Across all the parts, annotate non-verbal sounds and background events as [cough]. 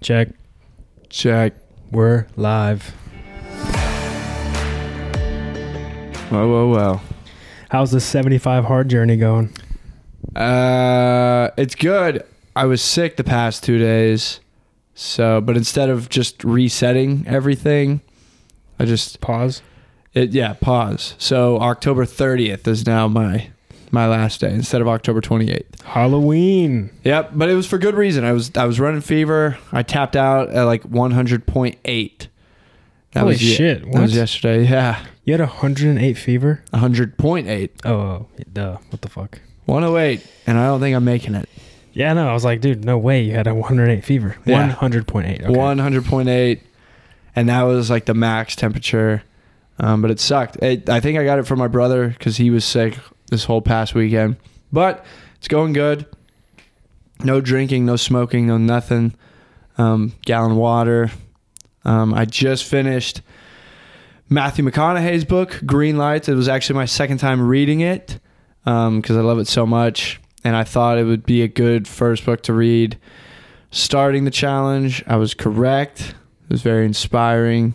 Check. Check. We're live. Well, well, well. How's the 75 hard journey going? Uh, it's good. I was sick the past two days, so but instead of just resetting everything, I just Pause. it yeah pause. So October thirtieth is now my my last day instead of October twenty eighth. Halloween. Yep, but it was for good reason. I was I was running fever. I tapped out at like one hundred point eight. Holy was ye- shit. That What? was yesterday. Yeah, You had 108 fever? hundred point eight. Oh, oh, duh. What the fuck? One oh eight, and I don't think I'm making it. Yeah, no. I was like, dude, no way you had a 108 fever. Yeah. 100.8. Okay. One hundred point eight, and that was like the max temperature. Um, but it sucked. It, I think I got it from my brother because he was sick this whole past weekend. But it's going good. No drinking, no smoking, no nothing. Um, gallon water. Um, I just finished Matthew McConaughey's book, Green Lights. It was actually my second time reading it because I love it so much. And I thought it would be a good first book to read starting the challenge. I was correct. It was very inspiring.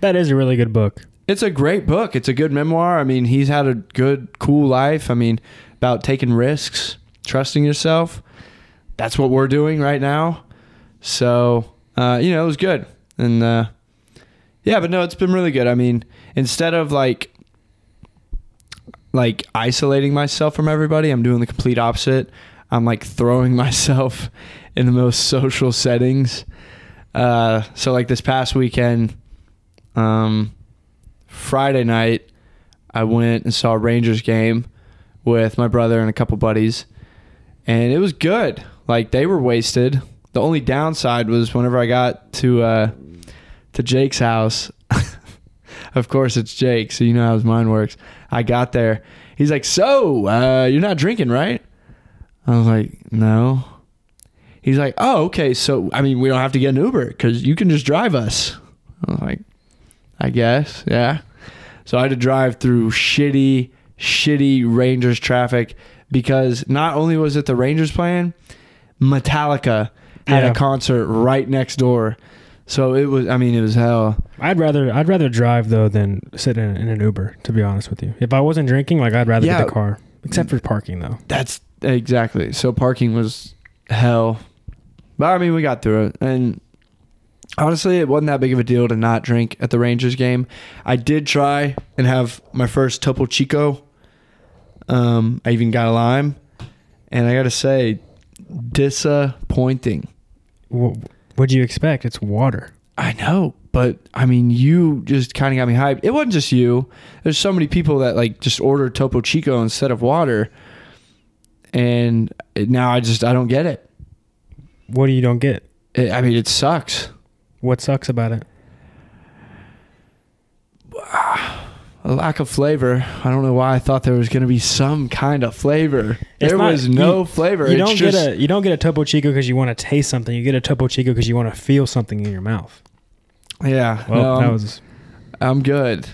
That is a really good book. It's a great book. It's a good memoir. I mean, he's had a good, cool life. I mean, about taking risks, trusting yourself. That's what we're doing right now. So, uh, you know, it was good. And uh, yeah, but no, it's been really good. I mean, instead of like, like isolating myself from everybody, I'm doing the complete opposite. I'm like throwing [laughs] myself in the most social settings. Uh, so like this past weekend, um, Friday night, I went and saw a Rangers game with my brother and a couple buddies, and it was good. Like they were wasted. The only downside was whenever I got to uh, to Jake's house. [laughs] of course, it's Jake, so you know how his mind works. I got there. He's like, "So, uh, you're not drinking, right?" I was like, "No." He's like, "Oh, okay. So, I mean, we don't have to get an Uber because you can just drive us." I was like, I guess. Yeah. So I had to drive through shitty, shitty Rangers traffic because not only was it the Rangers playing, Metallica had Yeah. a concert right next door. So it was, I mean, it was hell. I'd rather I'd rather drive though than sit in, in an Uber. To be honest with you, if I wasn't drinking, like I'd rather Yeah. get the car. Except for parking though. That's exactly. So parking was hell. But I mean, we got through it. And honestly, it wasn't that big of a deal to not drink at the Rangers game. I did try and have my first Topo Chico. Um, I even got a lime. And I got to say, disappointing. Wh- What'd you expect? It's water. I know, but I mean, you just kind of got me hyped. It wasn't just you. There's so many people that like just order Topo Chico instead of water, and it- now I just I don't get it. What do you don't get? it I mean, it sucks. What sucks about it? A lack of flavor. I don't know why I thought there was going to be some kind of flavor. It's there not- was no you- flavor. You It's don't just, get a you don't get a Topo Chico because you want to taste something. You get a Topo Chico because you want to feel something in your mouth. yeah. Well, no, that I'm- was I'm good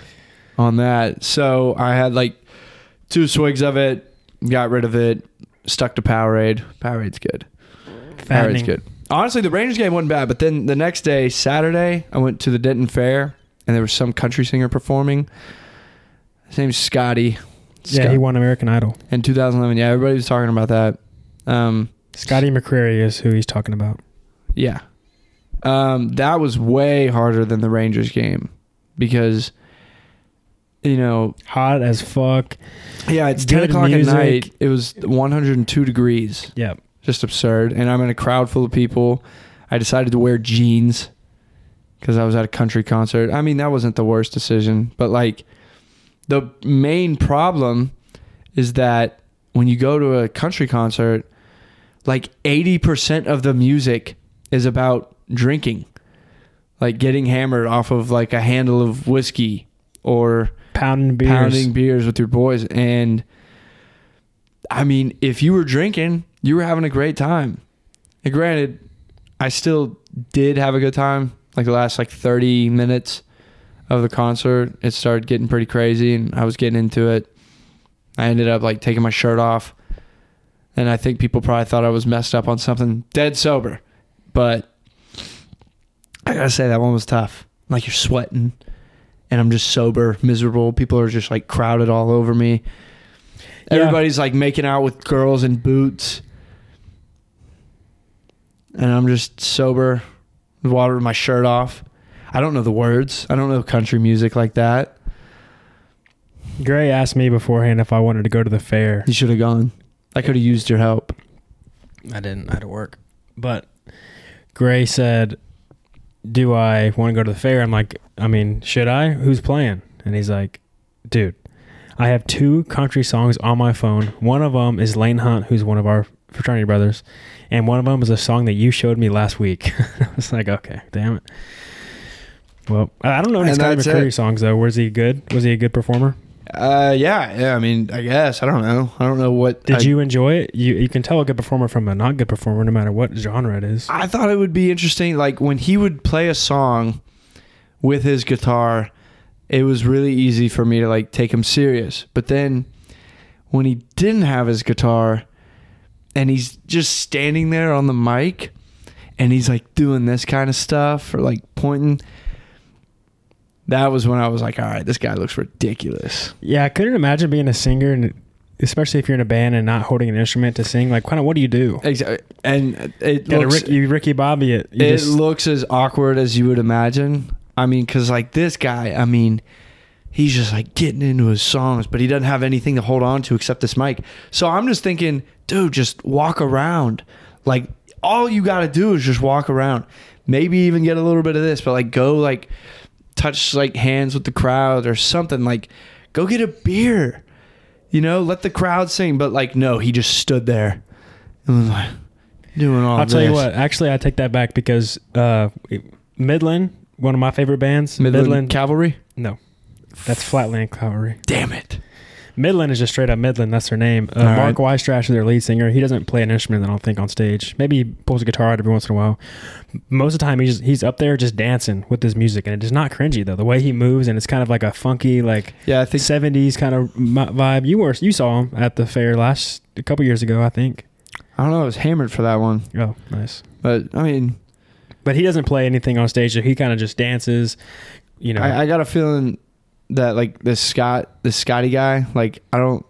on that. So I had like two swigs of it, got rid of it, stuck to Powerade. Powerade's good. fattening. Powerade's good. Honestly, the Rangers game wasn't bad, but then the next day, Saturday, I went to the Denton Fair and there was some country singer performing. His name's Scotty. Yeah, he won American Idol. in 2011. Yeah, everybody was talking about that. Um, Scotty McCreary is who he's talking about. Yeah. Um, that was way harder than the Rangers game because, you know, Hot as fuck. yeah, it's 10 Good o'clock music. at night. It was 102 degrees. Yeah. Just absurd. And I'm in a crowd full of people. I decided to wear jeans because I was at a country concert. I mean, that wasn't the worst decision, but like the main problem is that when you go to a country concert, like 80% of the music is about drinking, like getting hammered off of like a handle of whiskey or Pounding beers. pounding beers with your boys. And I mean, if you were drinking, you were having a great time. And granted, I still did have a good time. Like the last like 30 minutes of the concert, it started getting pretty crazy and I was getting into it. I ended up like taking my shirt off. And I think people probably thought I was messed up on something dead sober. But I gotta say that one was tough. Like you're sweating, and I'm just sober, miserable. People are just like crowded all over me. Yeah. Everybody's like making out with girls in boots, and I'm just sober, with water with my shirt off. I don't know the words. I don't know country music like that. Gray asked me beforehand if I wanted to go to the fair. You should have gone. I could have used your help. I didn't. I had to work. But Gray said, Do I want to go to the fair? I'm like, I mean, should I? Who's playing? And he's like, Dude, I have two country songs on my phone. One of them is Lane Hunt, who's one of our fraternity brothers. And one of them is a song that you showed me last week. [laughs] I was like, Okay, damn it. Well, I I don't know any And Scotty that's McCreary it. songs, though. Was he good? Was he a good performer? Uh, yeah, yeah. I mean, I guess I don't know. I don't know what. Did I- you enjoy it? You, you can tell a good performer from a not good performer, no matter what genre it is. I thought it would be interesting, like when he would play a song with his guitar, it was really easy for me to like take him serious. But then when he didn't have his guitar and he's just standing there on the mic and he's like doing this kind of stuff or like pointing, that was when I was like, all right, this guy looks ridiculous. Yeah, I couldn't imagine being a singer, and especially if you're in a band and not holding an instrument to sing. Like, kind of, what do you do? Exactly. And it Gotta looks, Rick, you Ricky Bobby it. You it just- looks as awkward as you would imagine. I mean, because like this guy, I mean, he's just like getting into his songs, but he doesn't have anything to hold on to except this mic. So I'm just thinking, dude, just walk around. Like all you got to do is just walk around. Maybe even get a little bit of this, but like go like touch like hands with the crowd or something. Like go get a beer. You know, let the crowd sing. But like, no, he just stood there and was like doing all. I'll tell you this. what. Actually, I take that back because uh, Midland, one of my favorite bands, Midland, Midland. Cavalry. no, that's Flatland Cavalry. Damn it. Midland is just straight up Midland. That's their name. Uh, All right. Mark Weistrash is their lead singer. He doesn't play an instrument, I don't think, on stage. Maybe he pulls a guitar out every once in a while. Most of the time, he's just, he's up there just dancing with his music, and it is not cringy though. The way he moves, and it's kind of like a funky like. Yeah, I think. seventies kind of vibe. You were you saw him at the fair last a couple years ago, I think. I don't know. I was hammered for that one, Oh, nice. but I mean, But he doesn't play anything on stage. so He kind of just dances. You know, I, I got a feeling that like this Scott, this Scotty guy, like I don't.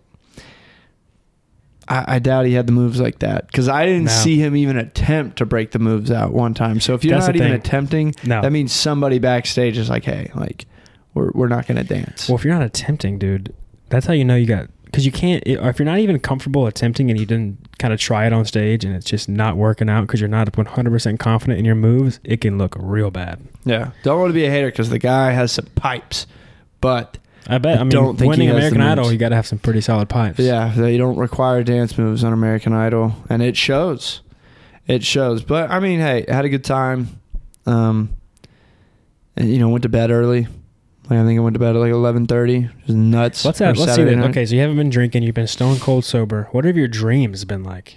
I, I doubt he had the moves like that because I didn't No. see him even attempt to break the moves out one time. So if you're That's not the even thing. attempting, no. that means somebody backstage is like, "Hey, like, we're we're not gonna dance." well, if you're not attempting, dude, that's how you know you got. Because you can't, if you're not even comfortable attempting and you didn't kind of try it on stage and it's just not working out because you're not 100% confident in your moves, it can look real bad. yeah, don't want to be a hater because the guy has some pipes, but I bet. I I, mean, don't think he winning has the American moves. Idol, you got to have some pretty solid pipes. Yeah, they don't require dance moves on American Idol, and it shows. It shows. But I mean, hey, I had a good time. Um, and you know, went to bed early. Like I think I went to bed at like eleven thirty. Just nuts. Let's for have, let's see. Saturday That. night. Okay, so you haven't been drinking. You've been stone cold sober. What have your dreams been like?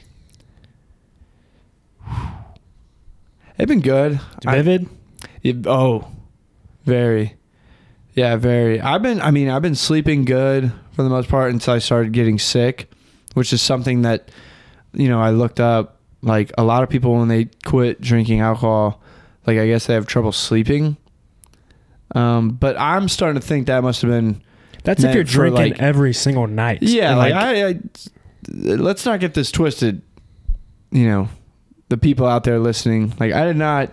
It's been good. I- Vivid. it- oh, very. Yeah, very. I've been. I mean, I've been sleeping good for the most part until I started getting sick, which is something that, you know, I looked up. Like a lot of people when they quit drinking alcohol, like I guess they have trouble sleeping. Um, but I'm starting to think that must have been. That's if meant you're for, drinking like- every single night. Yeah, And, like, I, I. Let's not get this twisted. You know, the people out there listening, like I did not.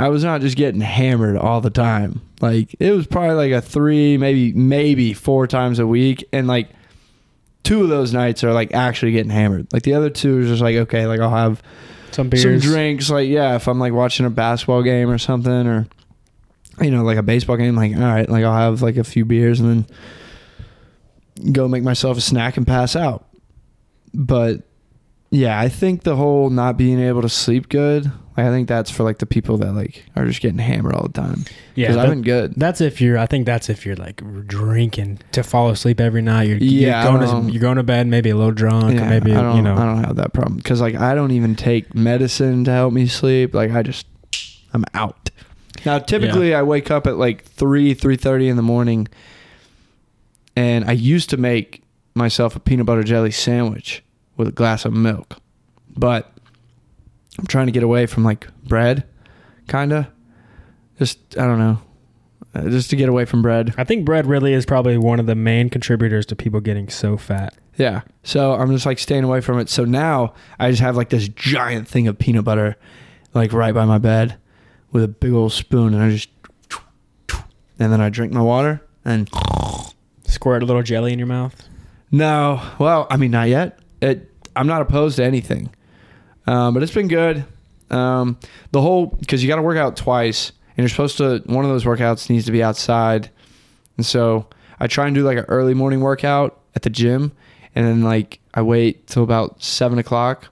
I was not just getting hammered all the time. Like it was probably like a three, maybe maybe four times a week, and like two of those nights are like actually getting hammered. Like the other two is just like okay, like I'll have some beers. some drinks. Like yeah, if I'm like watching a basketball game or something, or you know, like a baseball game, like all right, like I'll have like a few beers and then go make myself a snack and pass out. But yeah, I think the whole not being able to sleep good, like I think that's for like the people that like are just getting hammered all the time. Yeah, because that- I've been good. that's if you're. I think that's if you're like drinking to fall asleep every night. You're, Yeah, I you're don't going know. to you're going to bed maybe a little drunk. or Yeah, maybe I don't, you I know. don't have that problem because like I don't even take medicine to help me sleep. Like I just, I'm out. Now typically I wake up at like three three thirty in the morning, and I used to make myself a peanut butter jelly sandwich with a glass of milk, but I'm trying to get away from like bread, kinda. Just I don't know, uh, just to get away from bread. I think bread really is probably one of the main contributors to people getting so fat. Yeah. So I'm just like staying away from it. So now I just have like this giant thing of peanut butter, like right by my bed, with a big old spoon, and I just, and then I drink my water and Squirt a little jelly in your mouth. No. Well, I mean, not yet. It, I'm not opposed to anything, um, but it's been good. Um, the whole because you got to work out twice, and you're supposed to. One of those workouts needs to be outside, and so I try and do like an early morning workout at the gym, and then like I wait till about seven o'clock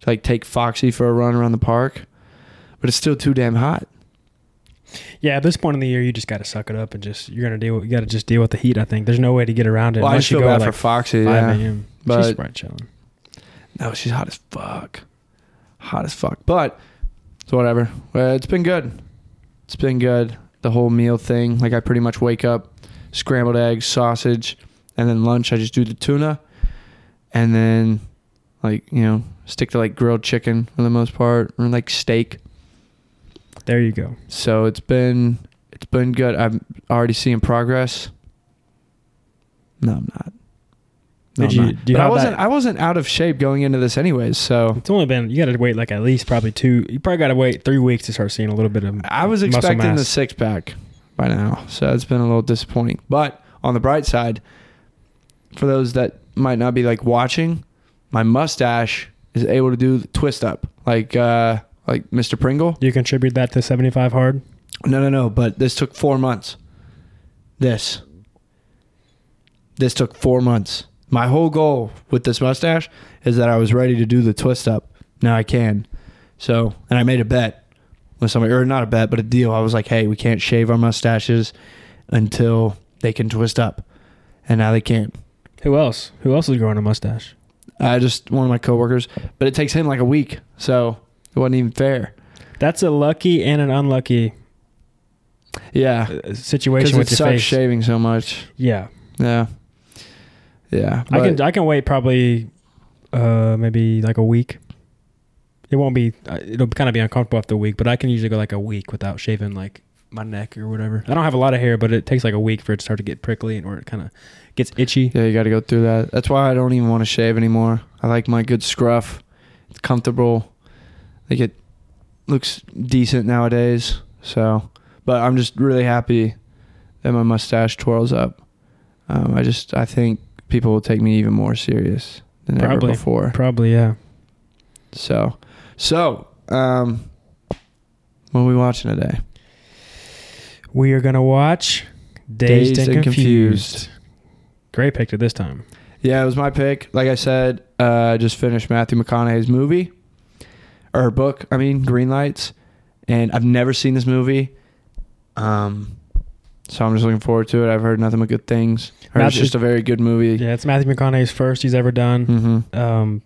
to like take Foxy for a run around the park, but it's still too damn hot. Yeah, at this point in the year, you just got to suck it up and just you're gonna deal. With, you got to just deal with the heat. I think there's no way to get around it Well, I unless just you feel go bad at, like for Foxy. yeah. five a.m. She's but- right chilling. No, she's hot as fuck. Hot as fuck. But so whatever. Uh, it's been good. It's been good. The whole meal thing. Like I pretty much wake up, scrambled eggs, sausage, and then lunch I just do the tuna, and then like you know stick to like grilled chicken for the most part or like steak. There you go. So it's been it's been good. I'm already seeing progress. No, I'm not. Did No, I'm you- not. do you but I have wasn't that- I wasn't out of shape going into this anyways. So It's only been you got to wait like at least probably two. You probably got to wait three weeks to start seeing a little bit of. I was muscle expecting the mass. six pack by now, so it's been a little disappointing. But on the bright side, for those that might not be like watching, my mustache is able to do the twist up like uh like Mr. Pringle. Do you contribute that to seventy five hard? No, no, no. But this took four months. This. This took four months. My whole goal with this mustache is that I was ready to do the twist up. Now I can. So, and I made a bet with somebody, or not a bet, but a deal. I was like, hey, we can't shave our mustaches until they can twist up. And now they can't. Who else? Who else is growing a mustache? I just, one of my coworkers, but it takes him like a week. So it wasn't even fair. That's a lucky and an unlucky Yeah. uh, Because situation it with your sucks face. shaving so much. Yeah, Yeah. Yeah. I but- can I can wait probably uh maybe like a week. It won't be uh, it'll kind of be uncomfortable after a week, but I can usually go like a week without shaving like my neck or whatever. I don't have a lot of hair, but it takes like a week for it to start to get prickly and where it kind of gets itchy. Yeah, you got to go through that. That's why I don't even want to shave anymore. I like my good scruff. It's comfortable. Like it looks decent nowadays. So, but I'm just really happy that my mustache twirls up. Um, I just I think people will take me even more serious than ever Probably. before. Probably yeah. So, so um, what are we watching today? We are gonna watch Dazed, and, confused. Gray picked it this time. Yeah, it was my pick. Like I said, uh, I just finished Matthew McConaughey's movie or book. I mean, Green Lights, and I've never seen this movie. Um, so I'm just looking forward to it. I've heard nothing but good things. I heard it's Matthew- just a very good movie. Yeah, it's Matthew McConaughey's first he's ever done. Mm-hmm. um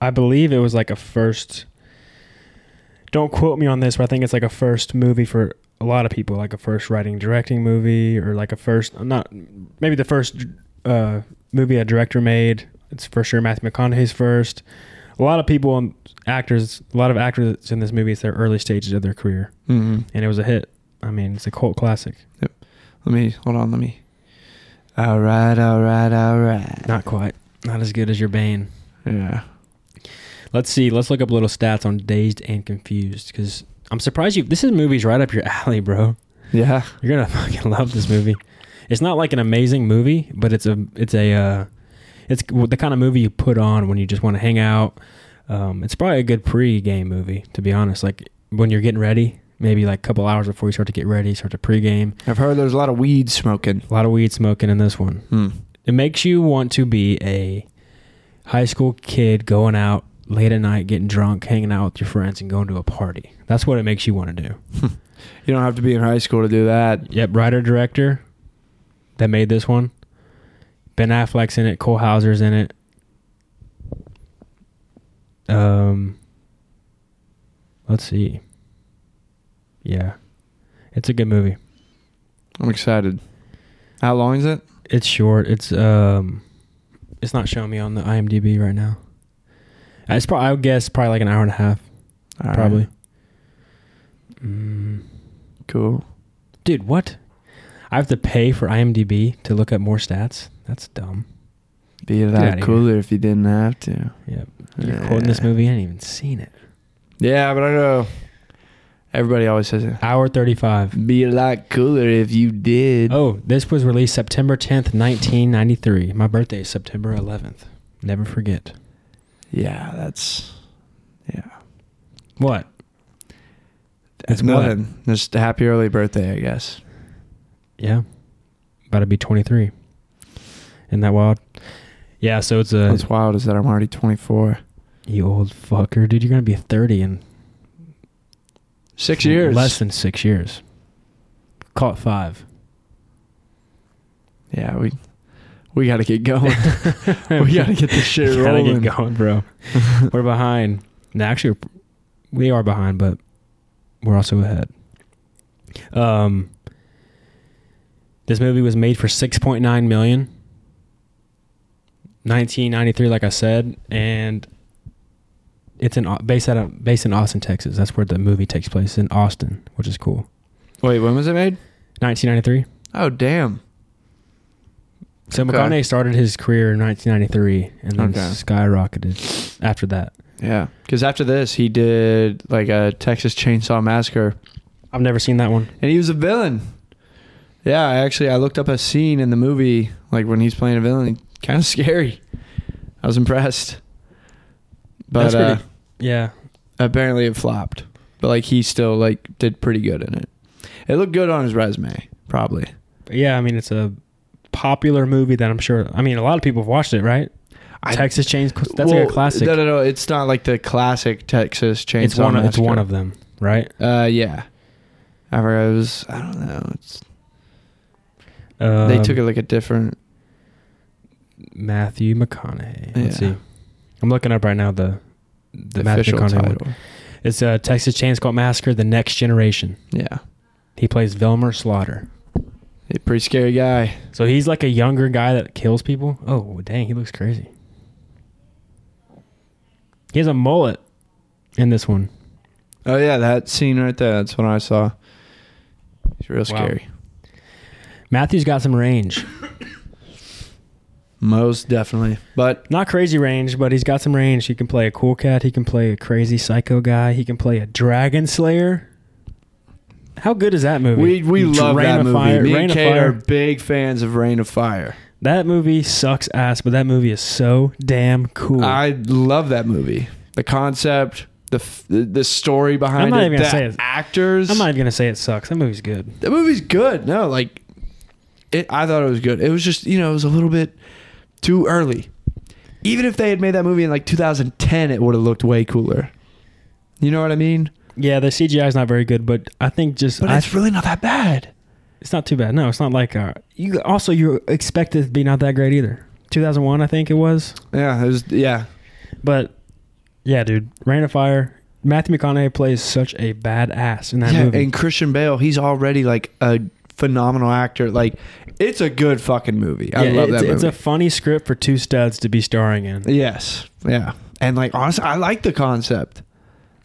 i believe it was like a first don't quote me on this but i think it's like a first movie for a lot of people like a first writing directing movie or like a first not maybe the first uh movie a director made it's for sure matthew mcconaughey's first a lot of people and actors a lot of actors in this movie it's their early stages of their career Mm-hmm. and it was a hit i mean it's a cult classic Let me hold on. Let me. All right, all right, all right. not quite not as good as your bane Yeah. Let's see. Let's look up little stats on Dazed and Confused because I'm surprised you. This is movies right up your [laughs] alley, bro. Yeah. You're gonna [laughs] fucking love this movie. It's not like an amazing movie, but it's a it's a uh, it's the kind of movie you put on when you just want to hang out. Um, it's probably a good pre-game movie, to be honest. Like when you're getting ready, maybe like a couple hours before you start to get ready, start to pregame. I've heard there's a lot of weed smoking. A lot of weed smoking in this one. Hmm. It makes you want to be a high school kid going out late at night, getting drunk, hanging out with your friends, and going to a party. That's what it makes you want to do. You don't have to be in high school to do that. Yep, writer director that made this one. Ben Affleck's in it. Cole Hauser's in it. Um, let's see. Yeah, it's a good movie. I'm excited. How long is it? It's short. It's um, it's not showing me on the IMDb right now. Uh, It's probably I would guess probably like an hour and a half, All right. probably. Mm, Cool. Dude, what? I have to pay for IMDb to look up more stats? That's dumb. Be a Get outta lot here. cooler if you didn't have to. Yep. You're quoting this Yeah. movie. I ain't even seen it. Yeah, but I know everybody always says it. Hour 35. Be a lot cooler if you did. Oh, this was released September 10th, 1993. My birthday is September 11th. Never forget. Yeah, that's yeah. What? It's nothing. Just a happy early birthday, I guess. Yeah. About to be 23. Isn't that wild? Yeah, so it's a. What's wild is that I'm already 24. You old fucker. Dude, you're going to be 30 in Six years. less than six years. Call it five. [laughs] Yeah, we we got to get going. [laughs] we got to get this shit [laughs] We gotta rolling. get going, [laughs] bro. we're behind. No, actually, we are behind, but we're also ahead. Um, this movie was made for six point nine million. 1993, like I said, and it's in Au- based out of based in Austin, Texas. That's where the movie takes place in Austin, which is cool. Wait, when was it made? 1993. Oh, damn. So Okay. McConaughey started his career in 1993 and then Okay. skyrocketed after that. Yeah, because after this, he did like a Texas Chainsaw Massacre, I've never seen that one. and he was a villain. Yeah, I actually I looked up a scene in the movie like when he's playing a villain, kind of [laughs] scary. I was impressed, but That's uh, pretty- Yeah, apparently it flopped. But like he still like did pretty good in it. It looked good on his resume, probably. But yeah. I mean, it's a popular movie that I'm sure. I mean, a lot of people have watched it, right? I- Texas Chainsaw. That's Well, like a classic. No, no, no. It's not like the classic Texas Chainsaw. it's one. Of, it's Massacre. one of them, right? Uh, yeah. I forgot it was. I don't know. It's Um, they took it like a different. Matthew McConaughey. Let's Yeah. see. I'm looking up right now the the, Matthew official McConaughey one. title. It's a Texas Chainsaw Massacre: The Next Generation. Yeah, He plays Velmer Slaughter. a pretty scary guy. So he's like a younger guy that kills people. Oh dang, he looks crazy. He has a mullet in this one. Oh yeah, that scene right there. That's what I saw. It's real scary. Matthew's got some range. Most definitely. But Not crazy range, but he's got some range. He can play a cool cat. He can play a crazy psycho guy. He can play a dragon slayer. How good is that movie? we we Dr- love Rain that of movie. Fire- Me Rain and of Kate are Fire. big fans of Rain of Fire. That movie sucks ass, but that movie is so damn cool. I love that movie. The concept, the f- the, the story behind I'm not it, even gonna the say it. actors. I'm not even gonna say it sucks. That movie's good. the movie's good. No, like it. I thought it was good. It was just you know it was a little bit too early. Even if they had made that movie in like 2010, it would have looked way cooler. You know what I mean? Yeah, the CGI is not very good, but I think just But I it's really not that bad. It's not too bad. No, it's not like uh, you. Also, you expect it to be not that great either. 2001, I think it was. Yeah, it was. Yeah, But yeah, dude, Rain of Fire. Matthew McConaughey plays such a badass in that yeah. movie. And Christian Bale, he's already like a phenomenal actor. Like it's a good fucking movie. I Yeah, love it's, that movie. It's a funny script for two studs to be starring in. Yes. Yeah. And like honestly, I like the concept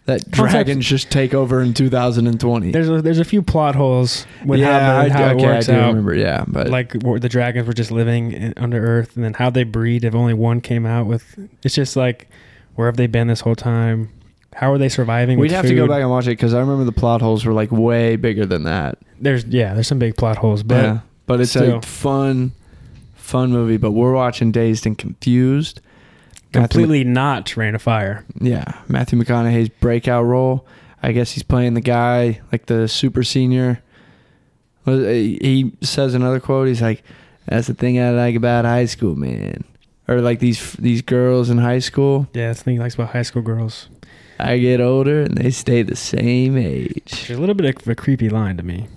that dragons just take over in 2020. There's a, there's a few plot holes with how, the, I- how okay, it works I do out. remember. Yeah, but like, Like where the dragons were just living in, under Earth, and then how they breed. If only one came out with, it's just like where have they been this whole time? How are they surviving? we'd with have to go food? back and watch it because I remember the plot holes were like way bigger than that. There's yeah, there's some big plot holes, but. yeah, but it's still. a fun, fun movie. But we're watching Dazed and Confused. Matthew completely not Rain of Fire. Yeah, Matthew McConaughey's breakout role. I guess he's playing the guy like the super senior. Well, He he says another quote. He's like, "That's the thing I like about high school, man." Or like these these girls in high school. Yeah, that's the thing he likes about high school girls. I get older and they stay the same age. It's a little bit of a creepy line to me,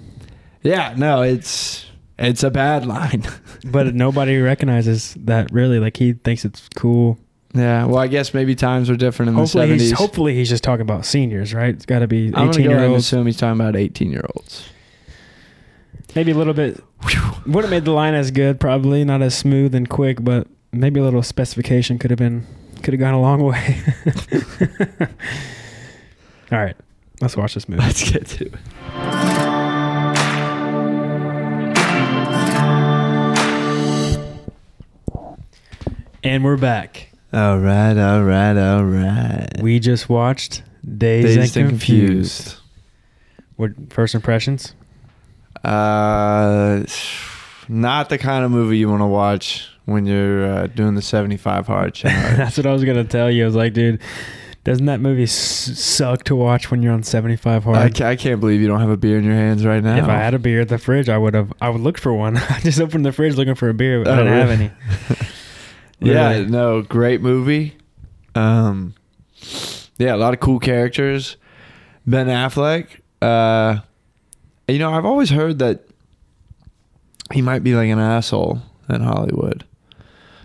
Yeah, no, it's it's a bad line. [laughs] [laughs] but nobody recognizes that really. Like he thinks it's cool. yeah, well, I guess maybe times were different in Hopefully, the he's seventies. hopefully he's just talking about seniors, right? It's got to be I'm gonna eighteen go year ahead and olds, assume he's talking about eighteen year olds. maybe a little bit. Would have made the line as good, probably not as smooth and quick, but maybe a little specification could have been could have gone a long way. [laughs] [laughs] All right, let's watch this movie. Let's get to it. And we're back. All right, all right, all right. We just watched Dazed, Dazed and and Confused. What first [laughs] impressions? Uh, not the kind of movie you want to watch when you're uh, doing the 75 hard [laughs] challenge. That's what I was gonna tell you. I was like, dude, doesn't that movie s- suck to watch when you're on 75 hard? I, ca- I can't believe you don't have a beer in your hands right now. If I had a beer at the fridge, I would have. I would look for one. [laughs] I just opened the fridge looking for a beer, but I Oh, didn't have really? any. [laughs] yeah, Really. no, great movie. Um, yeah, a lot of cool characters. Ben Affleck. Uh, you know, I've always heard that he might be like an asshole in Hollywood.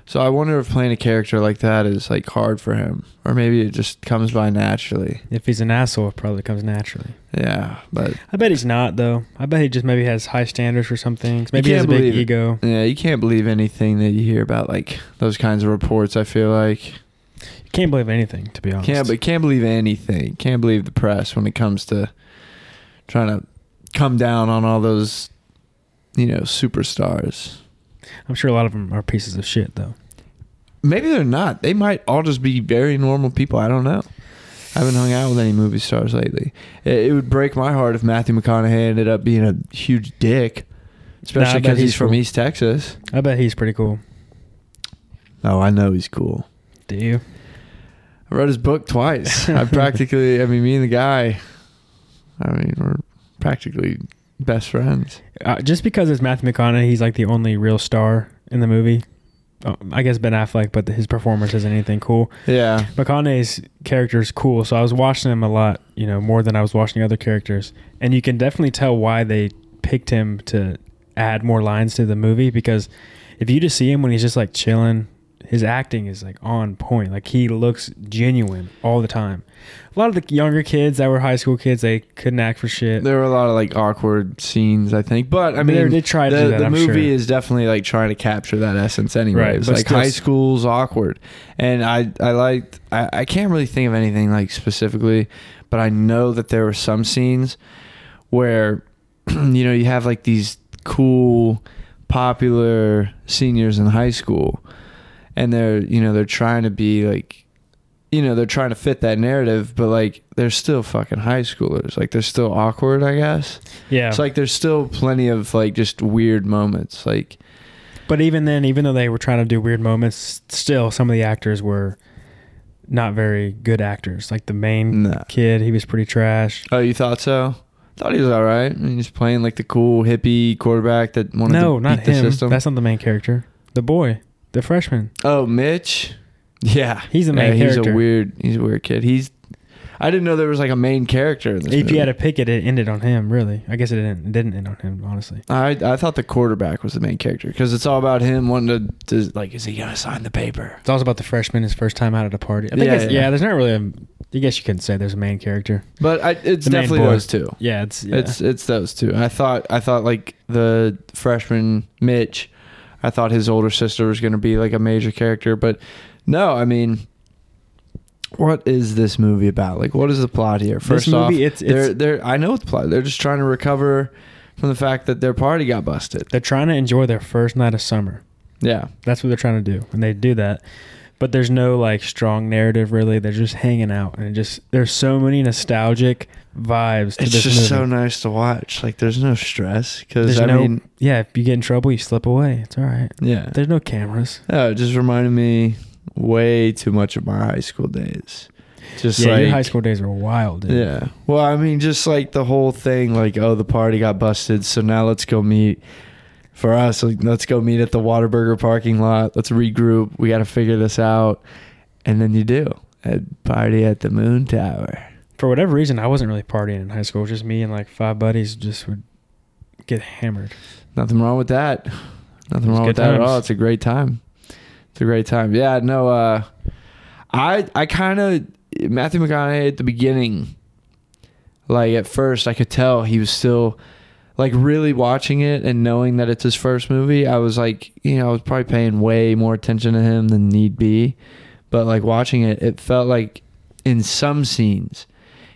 So I wonder if playing a character like that is like hard for him, or maybe it just comes by naturally. If he's an asshole, it probably comes naturally. Yeah, but I bet he's not though. I bet he just maybe has high standards for some things. Maybe he can't has a big believe it. ego. yeah, you can't believe anything that you hear about like those kinds of reports. I feel like Can't believe anything, to be honest. Can't but can't believe anything. Can't believe the press when it comes to trying to come down on all those, you know, superstars. I'm sure a lot of them are pieces of shit though. Maybe they're not. They might all just be very normal people. I don't know. I haven't hung out with any movie stars lately. It, it would break my heart if Matthew McConaughey ended up being a huge dick, Nah, I especially bet because he's, he's from cool. East Texas. I bet he's pretty cool. Oh, I know he's cool. Do you? I read his book [laughs] twice. I practically, I mean, me and the guy, I mean, we're practically best friends. Uh, just because it's Matthew McConaughey, he's like the only real star in the movie. Oh, I guess Ben Affleck, but his performance isn't anything cool. Yeah. McConaughey's character is cool, so I was watching him a lot, you know, more than I was watching the other characters, and you can definitely tell why they picked him to add more lines to the movie because if you just see him when he's just like chilling, his acting is like on point. Like he looks genuine all the time. A lot of the younger kids that were high school kids, they couldn't act for shit. There were a lot of like awkward scenes, I think. But I mean, They- they tried to the, do that, the I'm movie sure. is definitely like trying to capture that essence, anyways. but like still- high school's awkward, and I I liked I, I can't really think of anything like specifically, but I know that there were some scenes where [clears throat] you know you have like these cool popular seniors in high school and they're you know they're trying to be like you know they're trying to fit that narrative but like they're still fucking high schoolers like they're still awkward i guess yeah. it's like there's still plenty of like just weird moments like But even then, even though they were trying to do weird moments, still some of the actors were not very good actors. Like the main Nah. kid, he was pretty trash. oh you thought so thought he was all right and he's playing like the cool hippie quarterback that wanted No, to not beat the him. system That's not the main character. The boy, the freshman. oh mitch yeah He's the main Yeah, he's character. a weird he's a weird kid he's i didn't know there was like a main character in this If movie. you had to pick it, it ended on him. Really, I guess it didn't. It didn't end on him. Honestly, I I thought the quarterback was the main character because it's all about him wanting to, to like is he gonna sign the paper? it's also about the freshman, his first time out at a party. I think Yeah, it's, yeah. yeah. There's not really. a I guess you couldn't say there's a main character. But I, it's The main definitely boy. those two. Yeah, it's yeah. It's it's those two. I thought I thought like the freshman Mitch, I thought his older sister was gonna be like a major character, but no, I mean, what is this movie about? Like, what is the plot here? First this off, movie, it's, it's they're they're I know what the plot. They're just trying to recover from the fact that their party got busted. they're trying to enjoy their first night of summer. Yeah, That's what they're trying to do, and they do that. But there's no like strong narrative really. They're just hanging out, and it just there's so many nostalgic vibes to it's this just so movie. nice to watch. Like, there's no stress because there's I no, mean. yeah. If you get in trouble, you slip away. It's all right. Yeah. There's no cameras. Oh, it just reminded me way too much of my high school days. Just yeah, like your high school days are wild. Dude. Yeah. Well, I mean, just like the whole thing, like, oh, the party got busted, so now let's go meet. For us, like, let's go meet at the Waterburger parking lot. Let's regroup. We got to figure this out, and then you do. At party at the Moon Tower. For whatever reason, I wasn't really partying in high school. It was just me and like five buddies just would get hammered. Nothing wrong with that. Nothing It's wrong good with that at times. all. It's a great time. It's a great time. Yeah, no, uh I I kinda Matthew McConaughey at the beginning, like at first I could tell he was still like really watching it and knowing that it's his first movie, I was like, you know, I was probably paying way more attention to him than need be. But like watching it, it felt like in some scenes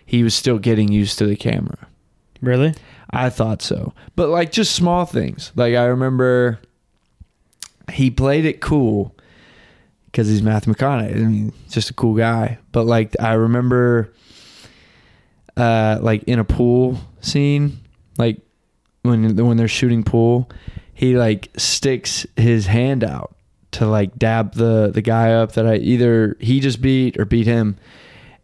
he was still getting used to the camera. Really? I thought so. But like just small things. Like I remember he played it cool because he's Matthew McConaughey. I mean, he's just a cool guy. But like, I remember, uh, like in a pool scene, like when when they're shooting pool, he like sticks his hand out to like dab the the guy up that I either he just beat or beat him,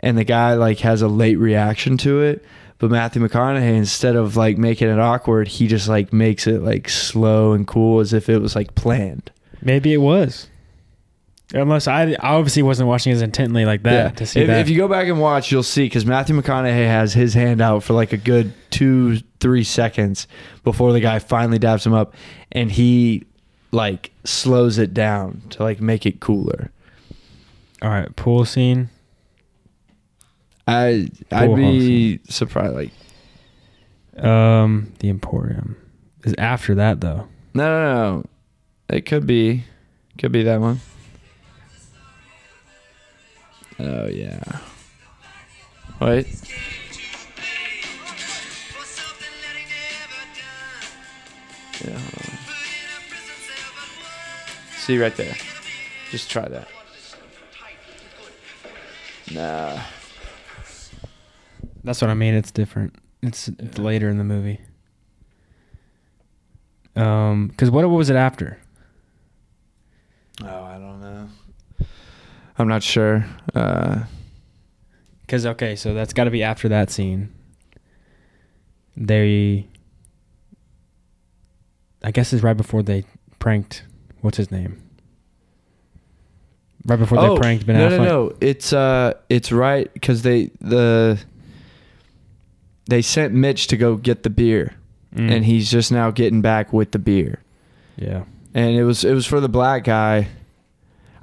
and the guy like has a late reaction to it. But Matthew McConaughey, instead of like making it awkward, he just like makes it like slow and cool as if it was like planned. Maybe it was. Unless I, I obviously wasn't watching as intently like that to see if, that. if you go back and watch, you'll see because Matthew McConaughey has his hand out for like a good two, three seconds before the guy finally dabs him up, and he like slows it down to like make it cooler. All right, pool scene. I I'd Cool, be surprised. Like Um, the Emporium is after that though. no, no, no, it could be, could be that one. Oh yeah. Wait. Yeah. hold on. See right there. Just try that. Nah. That's what I mean. It's different. It's, it's later in the movie. Um, because what what was it after? Oh, I don't know. I'm not sure. Uh, Because okay, so that's got to be after that scene. They, I guess, it's right before they pranked. What's his name? Right before Oh, they pranked Ben no, Affleck. No, no, it's uh, it's right because they the they sent Mitch to go get the beer, Mm. and he's just now getting back with the beer, yeah. and it was it was for the black guy.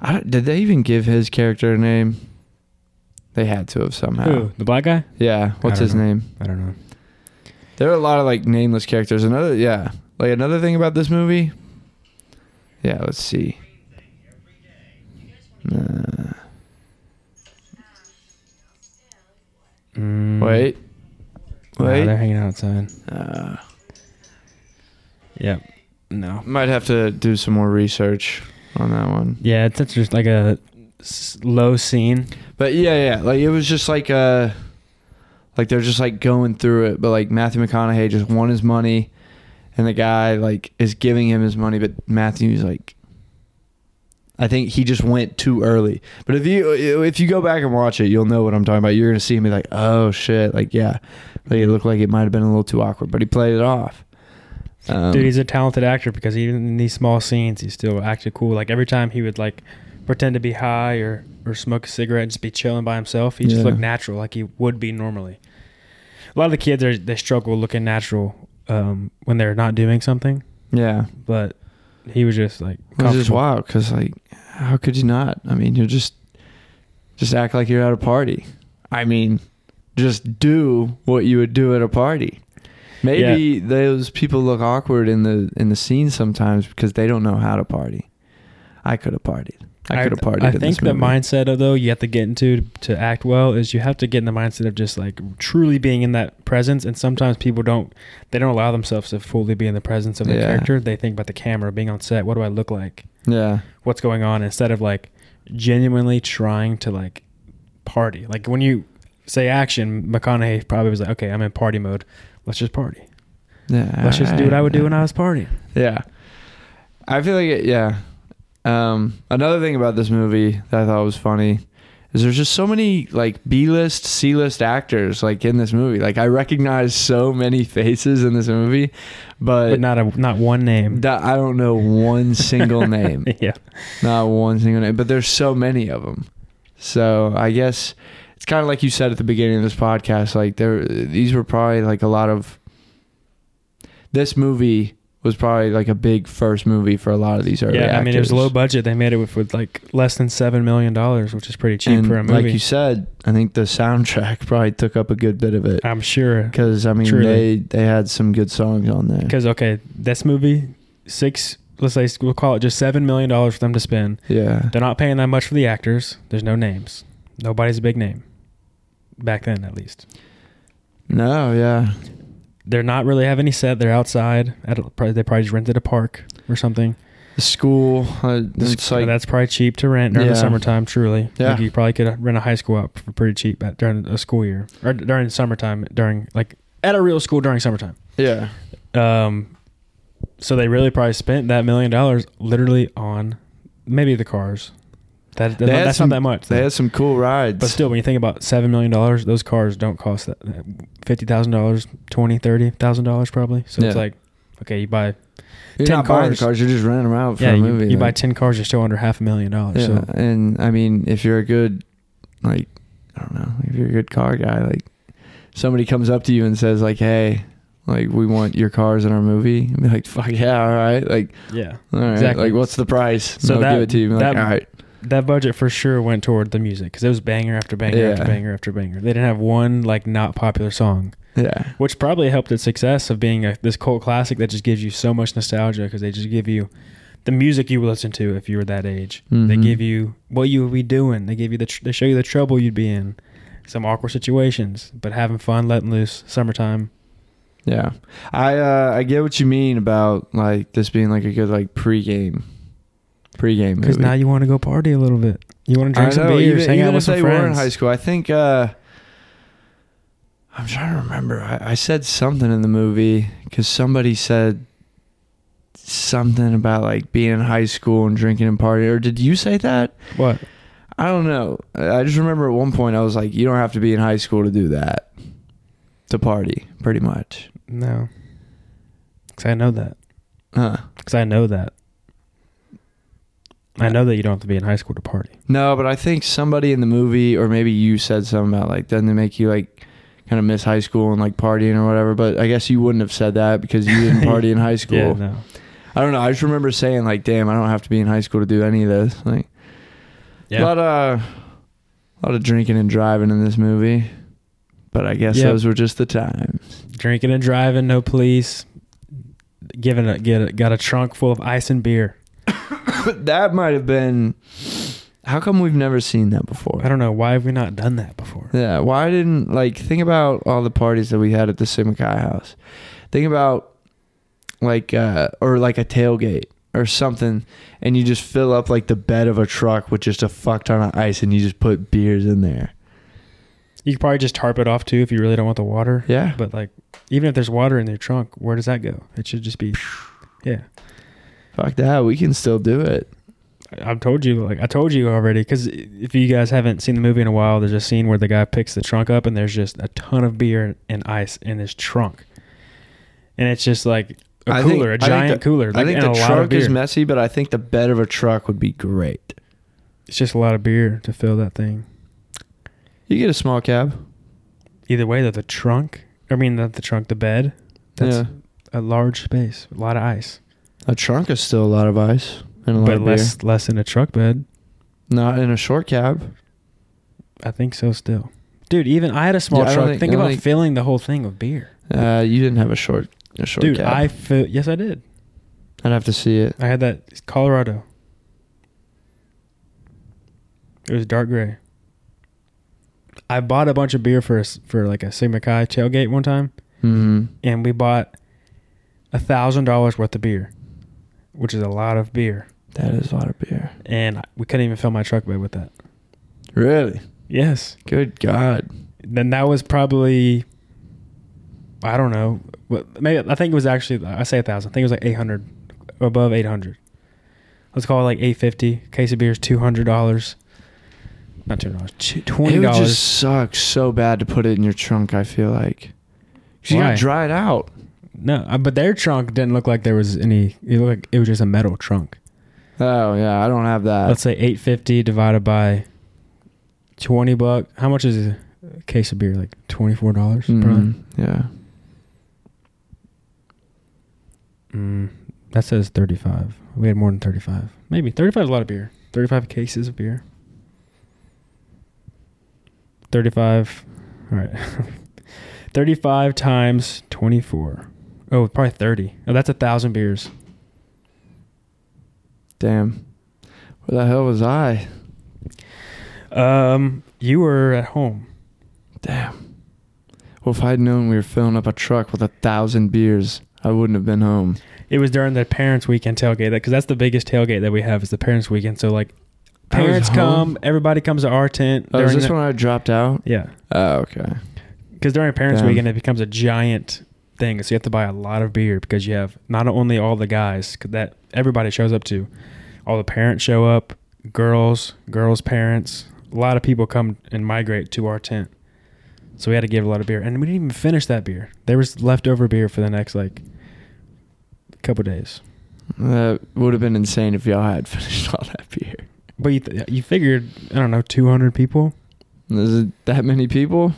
I don't, did they even give his character a name? They had to have somehow. Who the black guy? Yeah, what's don't his know. name? I don't know. There are a lot of like nameless characters. Another yeah, like another thing about this movie. Yeah, let's see. Uh, Mm. wait, Nah, wait. they're hanging outside. Uh, Yep. No. might have to do some more research on that one. Yeah, it's, it's just like a s- low scene. But yeah, yeah, like it was just like uh like they're just like going through it, but like Matthew McConaughey just won his money and the guy like is giving him his money, but Matthew's like I think he just went too early. But if you if you go back and watch it, you'll know what I'm talking about. You're going to see me like, "Oh shit." Like, yeah. Like it looked like it might have been a little too awkward, but he played it off. Um, Dude, he's a talented actor because even in these small scenes, he still acted cool. Like every time he would like pretend to be high or or smoke a cigarette and just be chilling by himself, he just Yeah. looked natural, like he would be normally. A lot of the kids are they struggle looking natural um, when they're not doing something, Um, yeah. but he was just like Which is comfortable. wild because, like, how could you not? I mean, you're just just act like you're at a party. I mean, just do what you would do at a party. Maybe those people look awkward in the in the scene sometimes because they don't know how to party. I could have partied. I could have partied. I in think this the movie. mindset of though you have to get into to act well is you have to get in the mindset of just like truly being in that presence. And sometimes people don't they don't allow themselves to fully be in the presence of the Yeah. character. They think about the camera, being on set. What do I look like? Yeah, What's going on? Instead of like genuinely trying to like party. Like when you say action, McConaughey probably was like, okay, I'm in party mode. Let's just party. yeah. Let's just do what I would do when I was partying. Yeah. I feel like it, yeah. Um, another thing about this movie that I thought was funny is there's just so many like B-list, C-list actors like in this movie. Like I recognize so many [laughs] faces in this movie, but, But not a not one name. that- I don't know [laughs] one single name. yeah. Not one single name, but there's so many of them. So I guess it's kind of like you said at the beginning of this podcast. Like there, these were probably like a lot of. This movie was probably like a big first movie for a lot of these early. yeah, I mean it was actors. low budget. They made it with, with like less than seven million dollars, which is pretty cheap And for a movie. Like you said, I think the soundtrack [laughs] probably took up a good bit of it I'm sure because I mean Uh, Truly. they they had some good songs on there. because okay, this movie six. Let's say we'll call it just seven million dollars for them to spend. Yeah, They're not paying that much for the actors. There's no names. Nobody's a big name back then, at least. no, yeah, They're not really having any set. They're outside. At a, probably, they probably just rented a park or something. the school. Uh, This- it's like that's probably cheap to rent during the Yeah. summertime. Truly, Like, Yeah. you probably could rent a high school out for pretty cheap at, during a school year or during summertime during like at a real school during summertime. yeah, Um, so they really probably spent that million dollars literally on maybe the cars. That, that- They had that's some- not that much. they had some cool rides. but still, when you think about seven million dollars, those cars don't cost that uh, fifty thousand dollars, twenty, thirty thousand dollars probably. So it's Yeah. like, okay, you buy you're 10 not buying the cars. cars. You're just renting them out for yeah, a you, movie. you buy like- ten cars, you're still under half a million dollars. Yeah, So and I mean, if you're a good, like, I don't know, if you're a good car guy, like, somebody comes up to you and says, like, hey, like, we want your cars in our movie, and be like, fuck yeah, all right, like, yeah, all right, Exactly. like, what's the price? So So I'll that- give it to you. Be Like, that- all right, that budget for sure went toward the music because it was banger after banger after Yeah. banger after banger. They didn't have one like not popular song, yeah, which probably helped its success of being a, this cult classic that just gives you so much nostalgia because they just give you the music you listen to if you were that age. They Mhm. give you what you would be doing. They give you the tr- they show you the trouble you'd be in, some awkward situations, but having fun, letting loose, summertime. yeah. I uh, I get what you mean about like this being like a good like pregame, pregame Because movie. now you want to go party a little bit. You want to drink I some know, beers, even, hang even out with if some they friends. were in high school. I think uh, I'm trying to remember. I, I said something in the movie because somebody said something about like being in high school and drinking and partying. Or did you say that? What? I don't know. I I just remember at one point I was like, "You don't have to be in high school to do that, to party, pretty much." No. Because I know that. Huh. Because I know that. I know that you don't have to be in high school to party. No, but I think somebody in the movie, or maybe you said something about like, doesn't it make you like kind of miss high school and like partying or whatever? But I guess you wouldn't have said that because you [laughs] didn't party in high school. Yeah, no. I don't know. I just remember saying like, damn, I don't have to be in high school to do any of this. Like, a lot of, a lot of drinking and driving in this movie. But I guess Yeah. those were just the times. [laughs] Drinking and driving, no police. Giving a get a, got a trunk full of ice and beer. But that might have been. How come we've never seen that before? I don't know why have we not done that before. Yeah, why didn't like think about all the parties that we had at the Simakai house? Think about like uh or like a tailgate or something and you just fill up like the bed of a truck with just a fuck ton of ice and you just put beers in there. You could probably just tarp it off too if you really don't want the water. Yeah. But like, even if there's water in your trunk, where does that go? It should just be. Yeah, Fuck that, we can still do it. I- I've told you. Like I told you already. Because if you guys haven't seen the movie in a while, there's a scene where the guy picks the trunk up and there's just a ton of beer and ice in his trunk, and it's just like a I think- cooler, I a think giant the- cooler. I like, think and the a lot of truck beer. is messy, but I think the bed of a truck would be great. it's just a lot of beer to fill that thing. You get a small cab. Either way, though, the trunk. I mean, not the trunk, the bed. That's yeah. a large space, a lot of ice, A trunk is still a lot of ice and a lot but of less less in a truck bed. beer. Not in a short cab. I think so still. Dude, even I had a small Yeah, I don't truck. Think, think- I don't about think- filling the whole thing with beer. Uh, you didn't have a short a short Dude, cab. I fill yes I did. I'd have to see it. I had that Colorado. It was dark gray. I bought a bunch of beer for a s for like a Sigma Chi tailgate one time, hmm and we bought a thousand dollars worth of beer, which is a lot of beer, That is a lot of beer. and I- we couldn't even fill my truck bed with that. Really? Yes, Good God. then that was probably I don't know. What maybe I think it was actually I say a thousand. I think it was like eight hundred above eight hundred. Let's call it like eight fifty. Case of beers two hundred dollars. Not two dollars. Twenty It would dollars. just suck so bad to put it in your trunk, I feel like. 'Cause you Why? got dried out. No, uh, but their trunk didn't look like there was any. It looked like it was just a metal trunk. Oh, yeah. I don't have that. Let's say eight fifty divided by twenty buck. How much is a case of beer? Like twenty four dollars. Mhm. Yeah. Mm, that says 35. We had more than 35. Maybe 35 is a lot of beer. 35 cases of beer. 35. All right. [laughs] 35 times 24. Oh, probably 30. Oh, that's a thousand beers. Damn. Where the hell was I? Um, you were at home. Damn. Well, if I'd known we were filling up a truck with a thousand beers, I wouldn't have been home. It was during the parents' weekend tailgate because that's the biggest tailgate that we have is the parents' weekend. So like, I was parents Oh, home? come, everybody comes to our tent. Oh, is during this the- when I dropped out? Yeah, Oh, okay. because during parents' Damn. weekend it becomes a giant thing. So you have to buy a lot of beer because you have not only all the guys 'cause that everybody shows up to, all the parents show up, girls, girls' parents. A lot of people come and migrate to our tent. So we had to give a lot of beer, and we didn't even finish that beer. There was leftover beer for the next like couple days. That would have been insane if y'all had [laughs] finished all that beer. But you, th- you figured, I don't know, 200 people? Is it that many people?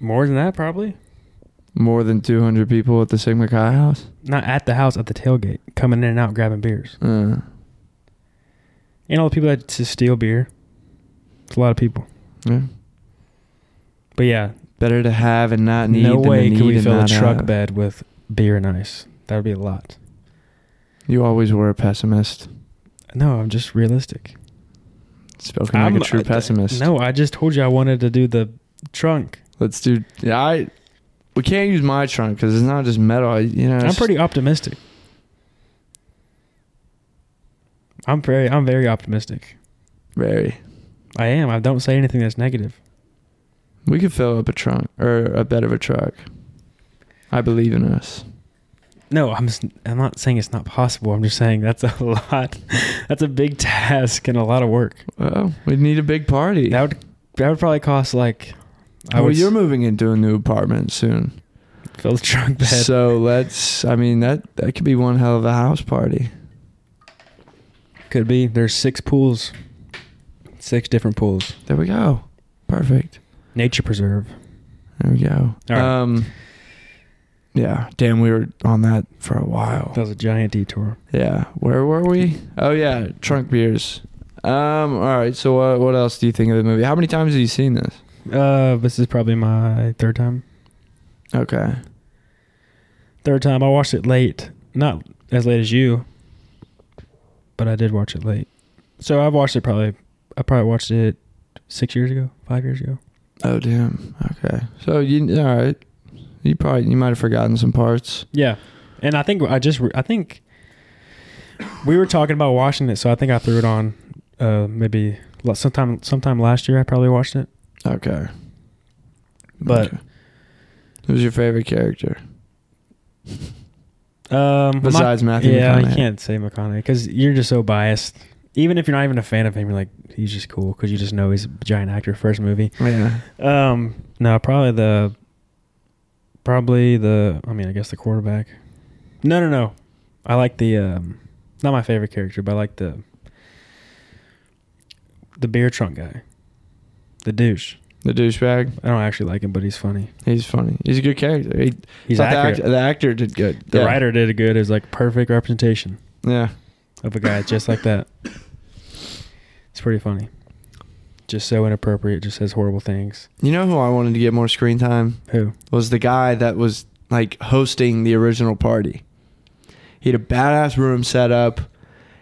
More than that, probably. More than 200 people at the Sigma Chi house? Not at the house, at the tailgate, coming in and out grabbing beers. Uh, And all the people that to steal beer. It's a lot of people. yeah. But yeah, Better to have and not need. no than to way need could we and fill a not truck have. bed with beer and ice. That would be a lot. You always were a pessimist. No, I'm just realistic. Spoken I'm like a true uh, pessimist. No, I just told you I wanted to do the trunk. Let's do. Yeah, I. We can't use my trunk because it's not just metal. I, you know, it's I'm just- pretty optimistic. I'm very, I'm very optimistic. very. I am. I don't say anything that's negative. We could fill up a trunk or a bed of a truck. I believe in us. No, I'm s- I'm not saying it's not possible. I'm just saying that's a [laughs] lot. That's a big task and a lot of work. Well, we need a big party. That would that would probably cost like I well, would you're s- moving into a new apartment soon, fill the trunk bed. so let's. I mean, that that could be one hell of a house party. Could be. There's six pools, six different pools. There we go. Perfect. Nature preserve. There we go. All right. Um. Yeah. Damn, we were on that for a while. That was a giant detour. Oh. Yeah. Where were we? Oh yeah, trunk beers. Um. All right. So what? What else do you think of the movie? How many times have you seen this? Uh, this is probably my third time. Okay. Third time I watched it late, not as late as you, but I did watch it late. So I've watched it probably. I probably watched it six years ago, five years ago. Oh damn. Okay. So you all right? You probably you might have forgotten some parts. Yeah, and I think I just I think we were talking about watching it, so I think I threw it on uh, maybe la- sometime sometime last year. I probably watched it, Okay. but Okay. who's your [laughs] favorite character um, besides my, Matthew? yeah, McConaughey? I can't say McConaughey because you're just so biased. Even if you're not even a fan of him, you're like he's just cool because you just know he's a giant actor. First movie, Yeah. um, no, probably the probably the I mean I guess the quarterback. No, no, no. I like the um, not my favorite character, but I like the the beer trunk guy, the douche. The douchebag. I don't actually like him, but he's funny. He's funny. He's a good character. He, He's I thought accurate. The actor, the actor did good. The yeah. writer did it good. It was like perfect representation Yeah. of a [laughs] guy just like that. It's pretty funny. Just so inappropriate. Just says horrible things. You know who I wanted to get more screen time Who? was the guy that was like hosting the original party. He had a badass room set up.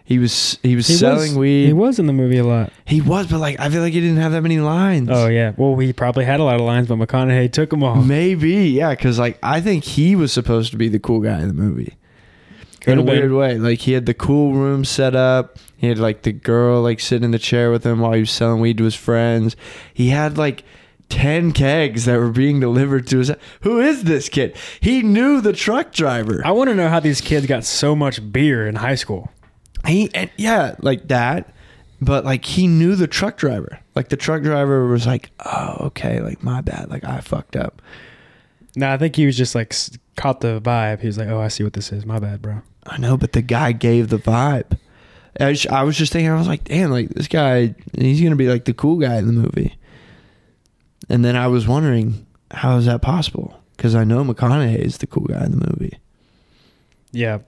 He was he was He was- selling weed. He was in the movie a lot. He was, but like I feel like he didn't have that many lines. Oh yeah. Well, we probably had a lot of lines, but McConaughey took them all. Maybe, yeah, because like I think he was supposed to be the cool guy in the movie in Could've a been. weird way. Like he had the cool room set up. He had like the girl like sitting in the chair with him while he was selling weed to his friends. He had like ten kegs that were being delivered to his. Who is this kid? He knew the truck driver. I want to know how these kids got so much beer in high school. He and yeah, like that. But like he knew the truck driver. Like the truck driver was like, "Oh, okay, like my bad. Like I fucked up." No, I think he was just like s- caught the vibe. He was like, "Oh, I see what this is. My bad, bro." I know, but the guy gave the vibe. I was, I was just thinking, I was like, damn, like this guy, he's gonna be like the cool guy in the movie. And then I was wondering, how is that possible? Because I know McConaughey is the cool guy in the movie. Yeah,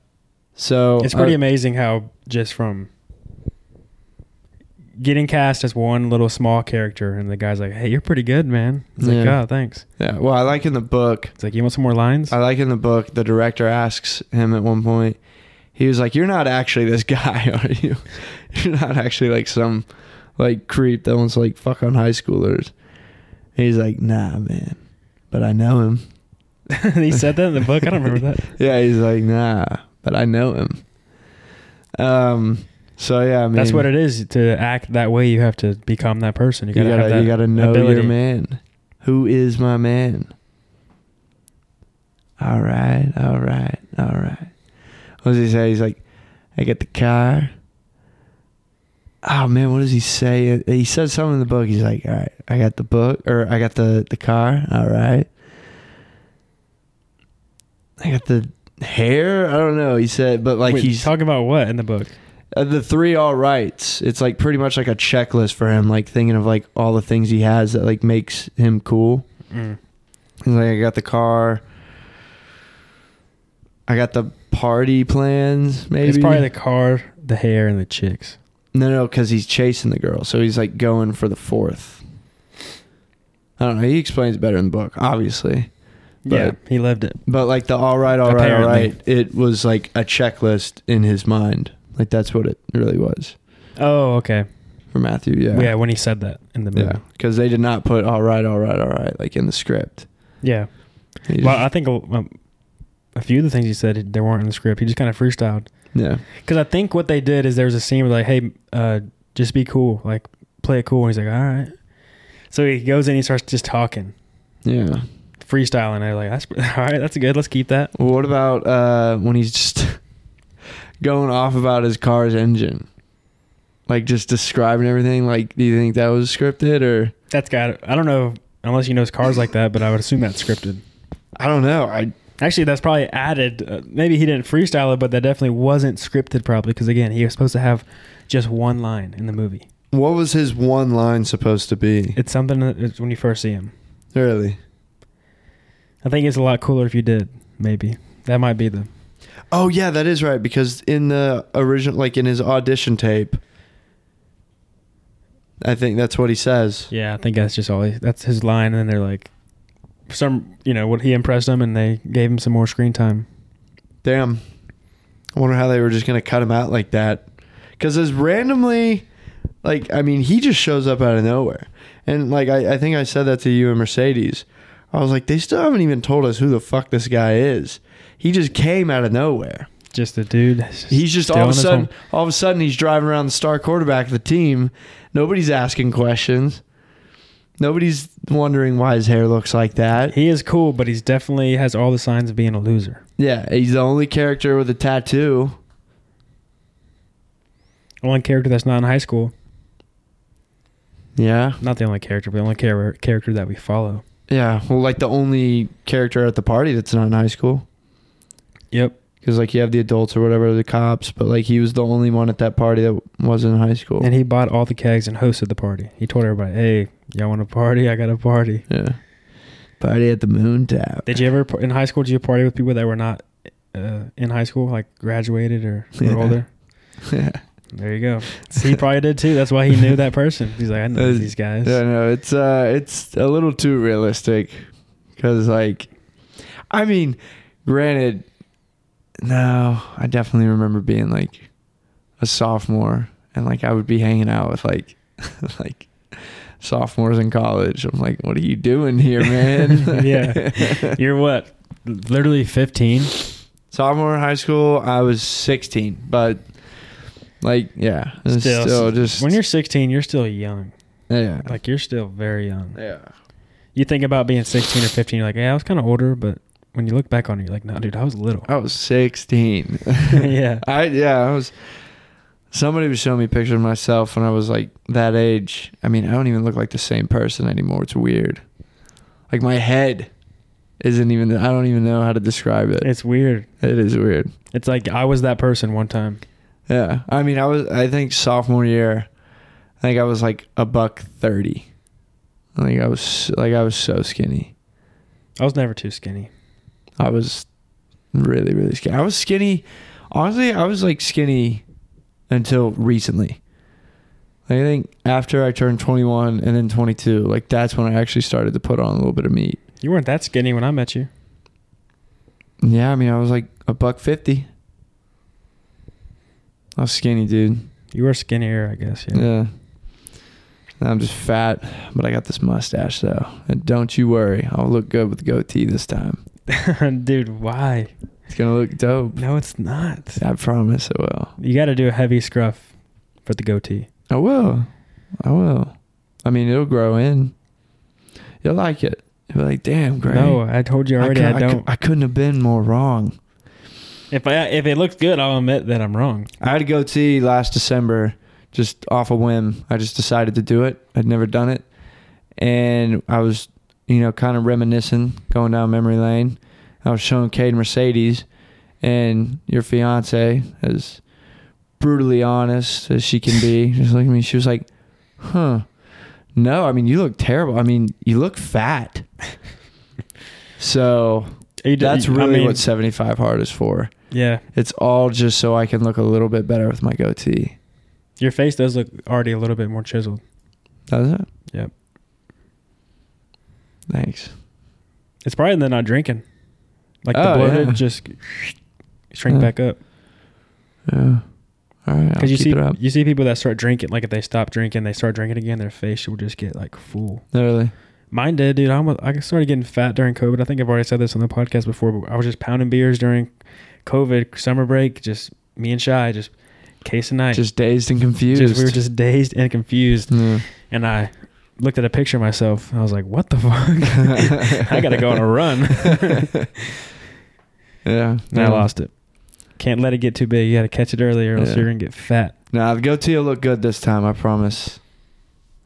So it's pretty uh, amazing how just from getting cast as one little small character, and the guy's like, "Hey, you're pretty good, man." He's like, Yeah. "Oh, thanks." yeah. Well, I like in the book. It's like, "You want some more lines?" [laughs] I like in the book. The director asks him at one point. He was like, "You're not actually this [laughs] guy, are you? You're not actually like some like creep that wants to like fuck on high schoolers." And he's like, "Nah, man, but I know him." he said that in the book. I don't [laughs] remember that. Yeah, he's like, nah, but I know him. Um, so yeah, I mean, That's what it is to act that way. You have to become that person. You You gotta, gotta, have that. you gotta know ability. your man. Who is my man? All right, all right, all right. What does he say? He's like, I get the car. Oh man, what does he say? He says something in the book. He's like, all right, I got the book, or I got the the car. All right, I got the hair. I don't know. He said, but like Wait, he's talking about what in the book? uh, the three all rights it's like pretty much like a checklist for him like thinking of like all the things he has that like makes him cool Mm. He's like i got the car i got the party plans maybe It's probably the car, the hair, and the chicks. no no because he's chasing the girl so he's like going for the fourth i don't know he explains it better in the book obviously yeah, But- he lived it. but like the all right all right all Apparently. right it was like a checklist in his mind like that's what it really was Oh, okay. for matthew Yeah. when he said that in the movie. Yeah, Yeah. because they did not put all right, all right, all right, like in the script. They Well, just- I think um, a few of the things he said they weren't in the script. He just kind of freestyled. yeah, Because I think what they did is there was a scene where like, hey, uh, just be cool, like play it cool. And he's like, all right. So he goes in, he starts just talking, yeah. freestyling. They're like, that's [laughs] all right, that's good. Let's keep that. Well, what about uh, when he's just [laughs] going off about his car's engine, like just describing everything? Like, do you think that was scripted or? That's got. I don't know unless you know his cars like that, but I would assume that's scripted. I don't know. I Actually, that's probably added. Uh, maybe he didn't freestyle it, but that definitely wasn't scripted probably because again, he was supposed to have just one line in the movie. what was his one line supposed to be? It's something that it's when you first see him. Really? I think it's a lot cooler if you did. Maybe that might be the. Oh yeah, that is right. Because in the original, like in his audition tape, I think that's what he says. Yeah, I think that's just all. He, that's his line, and then they're like, some you know what he impressed them, and they gave him some more screen time. Damn. I wonder how they were just going to cut him out like that. Because as randomly, like, I mean, he just shows up out of nowhere. And, like, I, I think I said that to you and Mercedes. I was like, they still haven't even told us who the fuck this guy is. He just came out of nowhere. Just the dude. that's He's just still all on of a his sudden, home. all of a sudden, he's driving around the star quarterback of the team. Nobody's asking questions. Nobody's wondering why his hair looks like that. He is cool, but he's definitely has all the signs of being a loser. Yeah, he's the only character with a tattoo. Only character that's not in high school. Yeah. Not the only character, but the only char- character that we follow. Yeah, well, like the only character at the party that's not in high school, Yep. because like you have the adults or whatever, the cops, but like he was the only one at that party that wasn't in high school. And he bought all the kegs and hosted the party. He told everybody, "Hey, y'all want a party? I got a party." yeah, party at the moon tap. Did you ever par- in high school? Did you party with people that were not uh, in high school, like graduated or, or Yeah. older? [laughs] yeah, There you [laughs] go. So he probably did too. That's why he knew that person. He's like, I know Uh, these guys. no, it's uh, it's a little too realistic, because like, I mean, granted, no, I definitely remember being like a sophomore, and like I would be hanging out with like, [laughs] like. Sophomores in college, I'm like, what are you doing here, [laughs] man? [laughs] yeah. You're what? Literally 15. sophomore in high school, I was 16, but like, yeah, it's Still, still, just When you're 16, you're still young. yeah, Like you're still very young. yeah, You think about being 16 or 15, you're like, yeah, I was kind of older, but when you look back on it, you're like, no, dude, I was little. I was [laughs] 16. [laughs] yeah. I yeah, I was. Somebody was showing me pictures of myself when I was like that age. I mean, I don't even look like the same person anymore. It's weird. Like my head isn't even. I don't even know how to describe it. It's weird. It is weird. It's like I was that person one time. Yeah. I mean, I was, I think sophomore year, I think I was like a buck 30. I think I was, like, I was so skinny. I was never too skinny. I was really, really skinny. I was skinny. Honestly, I was like skinny until recently. Like, I think after I turned 21 and then 22, like, that's when I actually started to put on a little bit of meat. You weren't that skinny when I met you. Yeah. I mean, I was like a buck 50. I was skinny, dude. You were skinnier, I guess. Yeah. Yeah. Now I'm just fat, but I got this mustache though. And don't you worry, I'll look good with goatee this time. [laughs] Dude, why? It's gonna look dope. No, it's not. I promise it will. You got to do a heavy scruff for the goatee. I will. I will. I mean, it'll grow in. You'll like it. You'll be like, damn, great. No, I told you already. I, cou- cou- don't. I couldn't have been more wrong. if I if it looks good, I'll admit that I'm wrong. I had a goatee last December, just off a whim. I just decided to do it. I'd never done it, and I was, you know, kind of reminiscing, going down memory lane. I was showing Cade Mercedes, and your fiance, as brutally honest as she can [laughs] be, just looked at me. She was like, "Huh." No, I mean you look terrible. I mean you [laughs] look fat. so You d- that's I really mean, what seventy five hard is for. Yeah, It's all just so I can look a little bit better with my goatee. your face does look already a little bit more chiseled. Does it? Yep. Thanks. It's probably they're not drinking. Like Oh, the bloated yeah. just shrink Yeah. back up Yeah. All right. I'll because you keep see it up. you see people that start drinking. Like if they stop drinking, they start drinking again. Their face will just get like full. Literally. Mine did, dude. I almost, I started getting fat during COVID. I think I've already said this on the podcast before, but I was just pounding beers during COVID summer break. Just me and shy, just case of night. Just dazed and confused. Just- we were just dazed and confused. [laughs] Yeah. And I looked at a picture of myself. And I was like, "What the fuck? [laughs] [laughs] I gotta go on a run." [laughs] yeah. and I lost it. Can't let it get too big. You gotta catch it earlier, or else Yeah. you're gonna get fat. Nah, the goatee will look good this time. I promise.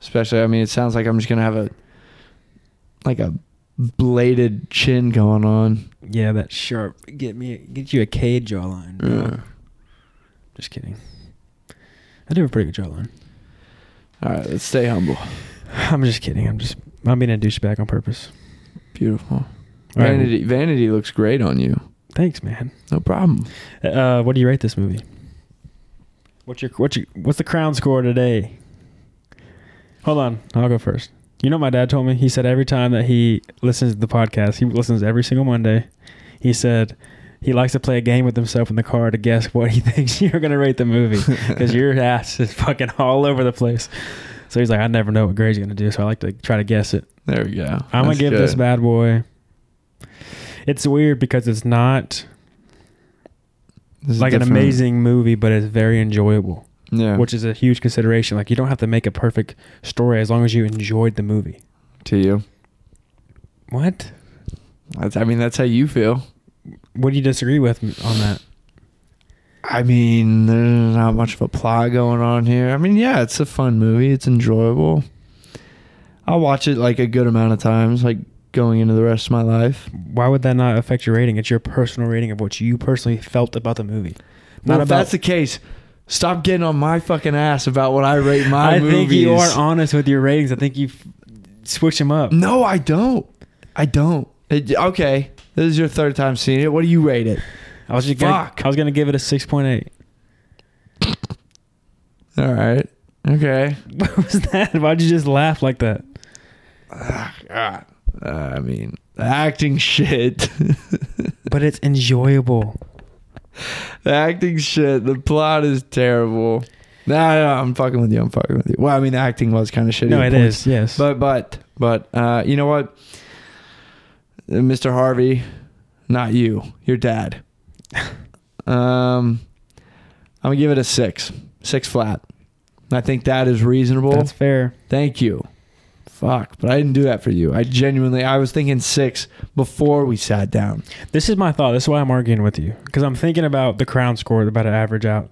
Especially, I mean, it sounds like I'm just gonna have a like a bladed chin going on. Yeah, that sharp. Get me, get you a K jawline. Yeah. Just kidding. I do have a pretty good jawline. All right. Let's stay humble. I'm just kidding. I'm just. I'm being a douchebag on purpose. Beautiful. All right. Vanity. Vanity looks great on you. Thanks, man. No problem. Uh, what do you rate this movie? What's your what's your what's the crown score today? Hold on, I'll go first. You know, what my dad told me he said every time that he listens to the podcast, he listens every single Monday. He said he likes to play a game with himself in the car to guess what he [laughs] thinks you're going to rate the movie because your ass is fucking all over the place. So he's like, I never know what grade's going to do, so I like to try to guess it. [laughs] There we go. I'm gonna That's give this good. bad boy. It's weird because it's not This is like an different. amazing movie, but it's very enjoyable, Yeah. which is a huge consideration. Like you don't have to make a perfect story as long as you enjoyed the movie. to you. What? That's, I mean, that's how you feel. What do you disagree with m- on that? I mean, there's not much of a plot going on here. I mean, yeah, it's a fun movie. It's enjoyable. I'll watch it like a good amount of times, like going into the rest of my life. Why would that not affect your rating? It's your personal rating of what you personally felt about the movie. Not Not well, if about. that's the case, stop getting on my fucking ass about what [laughs] I rate my I movies. think you are honest with your ratings. I think you f- switch them up. No, I don't. I don't. It, okay, this is your third time seeing it. What do you rate it? I was just gonna, Fuck. I was gonna give it a six point eight. [laughs] All right. Okay. What was that? Why'd you just laugh like that? Ah, God. Uh, I mean, the acting shit. [laughs] But it's enjoyable. The acting shit. The plot is terrible. Nah, no, I'm fucking with you. I'm fucking with you. Well, I mean, the acting was kind of shitty. No, at it points. is. Yes. But but but uh, you know what, Uh, Mr. Harvey, not you, [laughs] your dad. um, I'm gonna give it a six, six flat. I think that is reasonable. that's fair. Thank you. Fuck, but I didn't do that for you. I genuinely, I was thinking six before we sat down. This is my thought. This is why I'm arguing with you because I'm thinking about the crown score, about to average out.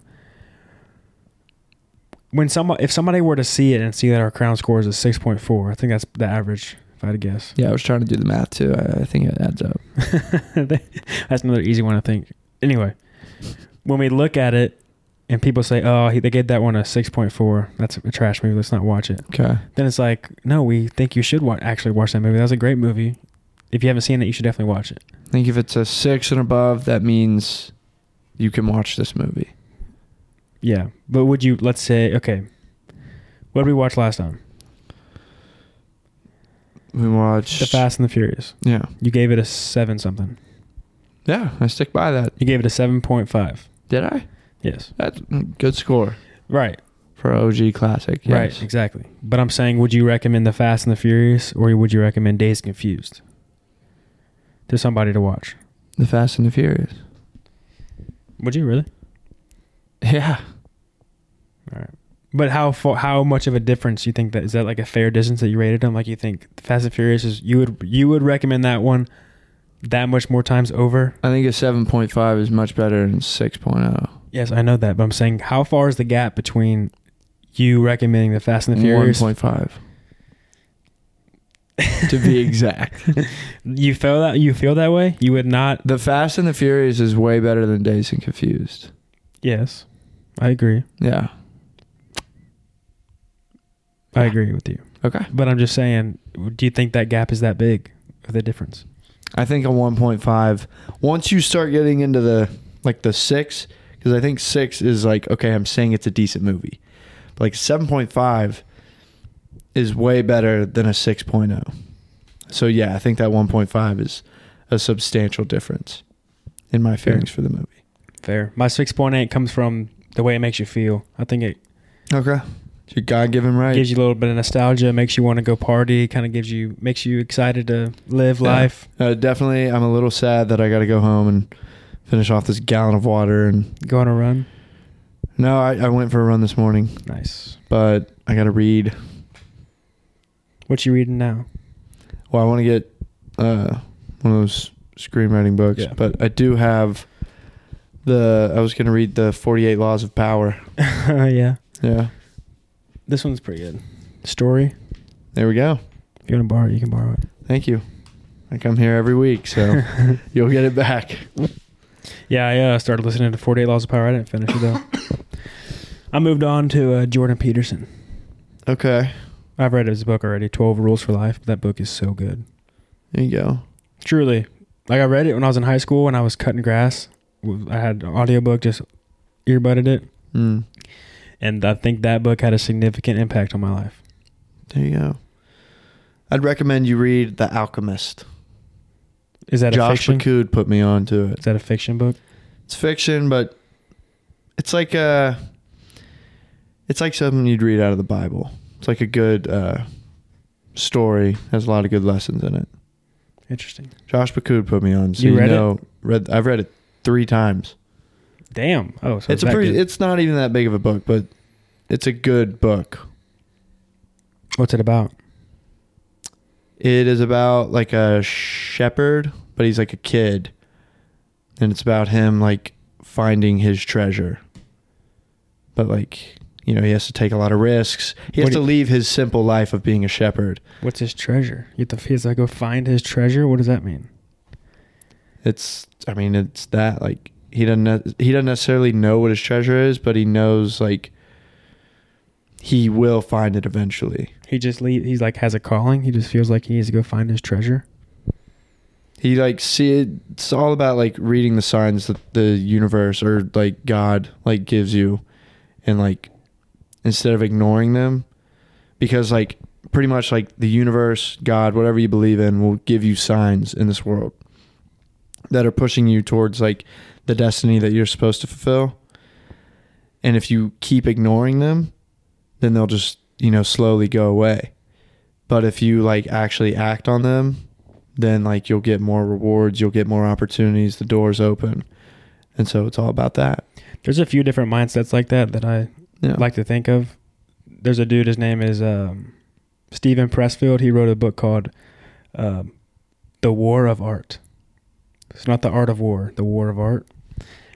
When some, if somebody were to see it and see that our crown score is a six point four, I think that's the average. If I had to guess, [laughs] Yeah, I was trying to do the math too. I, I think it adds up. that's another easy one. I think. Anyway, when we look at it and people say, "Oh, he, they gave that one a six point four. That's a trash movie. Let's not watch it." Okay. Then it's like, no, we think you should wa- actually watch that movie. That was a great movie. If you haven't seen it, you should definitely watch it. I think if it's a six and above, that means you can watch this movie. Yeah, but would you? Let's say, okay, what did we watch last time? We watched The Fast and the Furious. Yeah, You gave it a seven something. yeah. I stick by that. You gave it a seven point five. Did I? Yes. That's good score Right. for OG classic. Yes. Right. Exactly. But I'm saying, would you recommend The Fast and the Furious, or would you recommend Days Confused? to somebody to watch. The Fast and the Furious. Would you really? Yeah. But how far, how much of a difference you think that is that like a fair distance that you rated them? Like you think Fast and Furious is you would you would recommend that one that much more times over? I think a 7.5 is much better than oh. 6.0. Yes, I know that, but I'm saying how far is the gap between you recommending the Fast and the Furious? [laughs] 1.5. to be exact. You feel that you feel that way? You would not? The Fast and the Furious is way better than Days and Confused. Yes, I agree. Yeah. I agree with you. Okay. But I'm just saying, do you think that gap is that big of the difference? I think a 1.5. Once you start getting into the like the 6 cuz I think 6 is like okay, I'm saying it's a decent movie. But like 7.5 is way better than a 6.0. So yeah, I think that 1.5 is a substantial difference in Hmm. my feelings for the movie. Fair. My 6.8 comes from the way it makes you feel. I think it Okay. It's your God-given right. gives you a little bit of nostalgia, makes you want to go party, kind of gives you makes you excited to live Yeah. life. Uh, definitely, I'm a little sad that I got to go home and finish off this gallon of water. And Go on a run. no, I, I went for a run this morning, Nice. but I got to read. What you reading now? [laughs] Well, I want to get uh, one of those screenwriting books, Yeah. but I do have the. I was going to read the 48 Laws of Power. yeah, Yeah, this one's pretty good. Story. there we go. If you want to borrow, it, you can borrow it. Thank you. I come here every [laughs] week, so you'll get it back. Yeah, I uh, started listening to 48 Laws of Power. I didn't finish it though. [coughs] I moved on to uh, Jordan Peterson. Okay, I've read his book already, 12 Rules for Life. That book is so good. there you go. Truly. Like I read it when I was in high school and I was cutting grass. I had an audiobook, just earbudded it. Mm, And I think that book had a significant impact on my life. there you go. I'd recommend you read The Alchemist. Is that a Josh fiction? McCood put me on to it. Is that a fiction book? It's fiction, but it's like a, it's like something you'd read out of the Bible. It's like a good uh, story. Has a lot of good lessons in it. Interesting. Josh Bakud put me on. So You you, read it? know, read I've read it three times. Damn. Oh, so it's a pretty. It's not even that big of a book, but it's a good book. What's it about? It is about like a shepherd, but he's like a kid, and it's about him like finding his treasure. But like you know, he has to take a lot of risks. He has What do to leave his simple life of being a shepherd. What's his treasure? You have to, he has to go find his treasure. What does that mean? It's I mean, it's that like he doesn't ne- he doesn't necessarily know what his treasure is, but he knows like he will find it eventually. He just leave. He's like has a calling. He just feels like he needs to go find his treasure. He like see it's all about like reading the signs that the universe or like God like gives you and like instead of ignoring them because like pretty much like the universe, God, whatever you believe in will give you signs in this world that are pushing you towards like the destiny that you're supposed to fulfill. And if you keep ignoring them, then they'll just, you know, slowly go away. But if you like actually act on them, then like you'll get more rewards, you'll get more opportunities, the doors open. And so it's all about that. There's a few different mindsets like that that I Yeah. like to think of. There's a dude. His name is um, Stephen Pressfield. He wrote a book called um, "The War of Art." It's not the art of war, the war of art,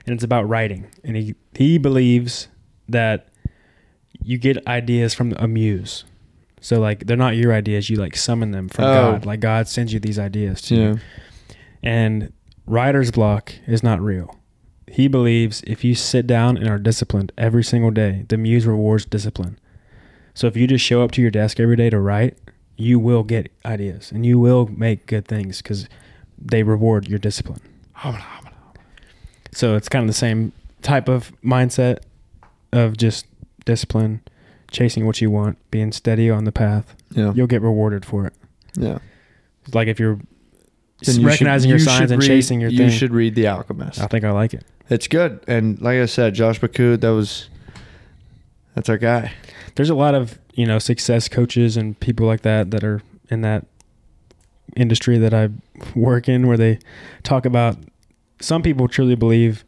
and it's about writing. And he he believes that you get ideas from a muse. So like they're not your ideas. You like summon them from Oh. God. Like God sends you these ideas to you. yeah. And writer's block is not real. He believes if you sit down and are disciplined every single day, the muse rewards discipline. So if you just show up to your desk every day to write, you will get ideas and you will make good things because they reward your discipline. So it's kind of the same type of mindset of just discipline, chasing what you want, being steady on the path. Yeah. You'll get rewarded for it. Yeah. Like if you're Then you should- recognizing you your signs should and read- chasing your you thing. should read The Alchemist. I think I like it. It's good. And like I said, Josh Bakud, that was that's our guy. There's a lot of you know success coaches and people like that that are in that industry that I work in where they talk about some people truly believe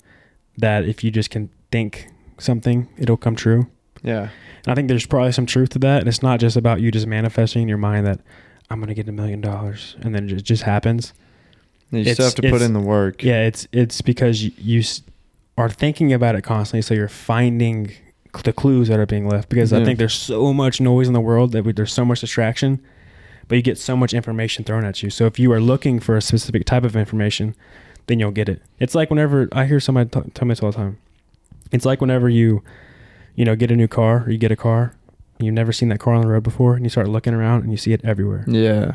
that if you just can think something, it'll come true. Yeah. And I think there's probably some truth to that. And it's not just about you just manifesting in your mind that I'm going to get a million dollars and then it just- just happens. You It's- still have to put it's- in the work. Yeah, it's it's because you, you s- are thinking about it constantly, so you're finding cl- the clues that are being left. Because I Yeah. think there's so much noise in the world that we, there's so much distraction, but you get so much information thrown at you. So if you are looking for a specific type of information, then you'll get it. It's like whenever I hear somebody t- tell me this all the time. It's like whenever you, you know, get a new car or you get a car, and you've never seen that car on the road before, and you start looking around and you see it everywhere. Yeah.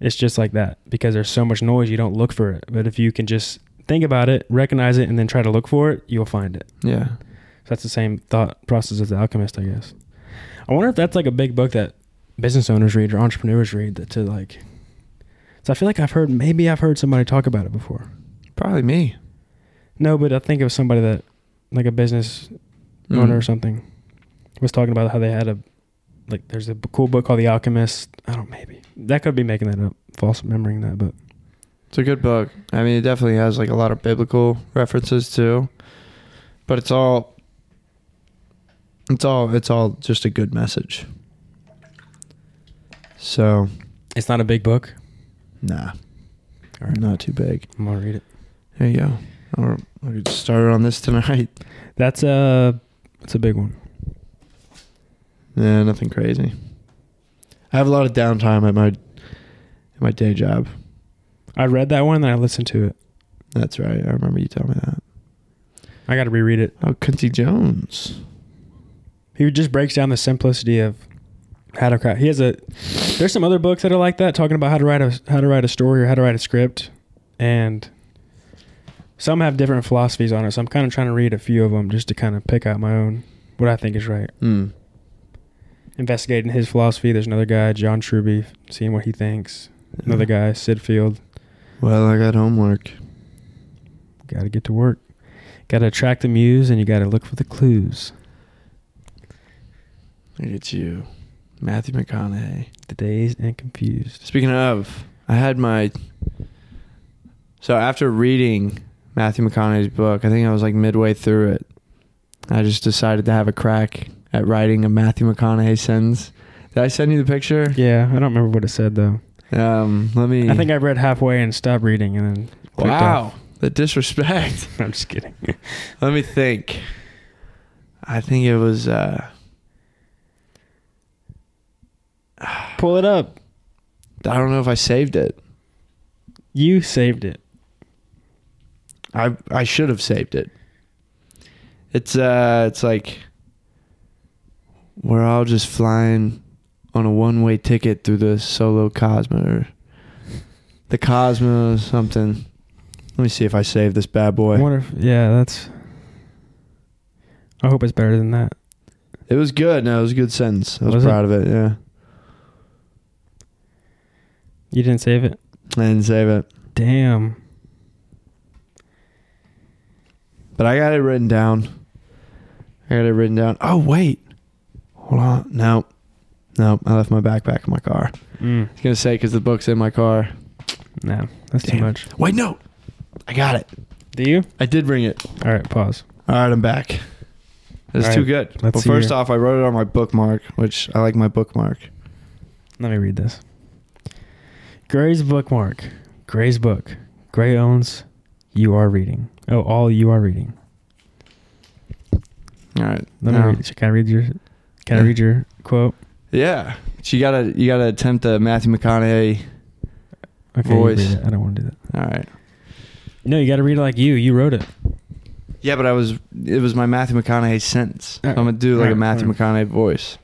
It's just like that because there's so much noise, you don't look for it. But if you can just think about it, recognize it, and then try to look for it, you'll find it. Yeah. So that's the same thought process as The Alchemist, I guess. I wonder if that's like a big book that business owners read or entrepreneurs read that to like. So I feel like I've heard, maybe I've heard somebody talk about it before. Probably me. No, but I think it was somebody that, like a business Mm. owner or something, was talking about how they had a, like, there's a b- cool book called The Alchemist. I don't, maybe. That could be making that up, false remembering that, but. It's a good book. I mean, it definitely has like a lot of biblical references too. But it's all it's all it's all just a good message. So, It's not a big book. nah. All right. Not too big. I'm gonna read it. There you go. Or we could start on this tonight. [laughs] That's a that's a big one. Yeah, nothing crazy. I have a lot of downtime at my at my day job. I read that one and I listened to it. That's right. I remember you telling me that. I got to reread it. Oh, Quincy Jones. He just breaks down the simplicity of how to craft. He has a there's some other books that are like that, talking about how to write a how to write a story or how to write a script, and some have different philosophies on it. So I'm kind of trying to read a few of them just to kind of pick out my own what I think is right. Mm. Investigating his philosophy. There's another guy, John Truby, seeing what he thinks. Another guy, Sid Field. Well, I got homework. Got to get to work. Got to attract the muse, and you got to look for the clues. Look at you, Matthew McConaughey. The dazed and confused. Speaking of, I had my. So after reading Matthew McConaughey's book, I think I was like midway through it. I just decided to have a crack at writing a Matthew McConaughey sentence. Did I send you the picture? Yeah, I don't remember what it said though. Um, let me. I think I read halfway and stopped reading, and then clicked wow, off. the disrespect. [laughs] [laughs] I'm just kidding. let me think. I think it was. uh Pull it up. I don't know if I saved it. You saved it. I I should have saved it. It's uh it's like we're all just flying on a one way ticket through the solo cosmos or the cosmos something. Let me see if I save this bad I boy. wonder if yeah, that's. I hope it's better than that. It was good, no, it was a good sentence. I was, Was it? proud of it, yeah. You didn't save it. I didn't save it. Damn. But I got it written down. I got it written down. Oh wait. Hold on. No. No, I left my backpack in my car. I Mm, was gonna say because the book's in my car. no, that's too Damn. much. Wait, no. I got it. Do you? I did bring it. All right, pause. All right, I'm back. It's All too right, good. let's well, see first your- off, I wrote it on my bookmark, which I like my bookmark. Let me read this. Gray's bookmark. Gray's book. Gray owns. You are reading. Oh, all you are reading. All right. Let me now- read. Can I read your? Can I Yeah. read your quote? Yeah. So you gotta you gotta attempt the Matthew McConaughey. Okay, you Voice. read it. I don't want to do that. All right. No, you got to read it like you. You wrote it. Yeah, but I was it was my Matthew McConaughey sentence. All So I'm gonna do right. All like a right, Matthew all McConaughey voice.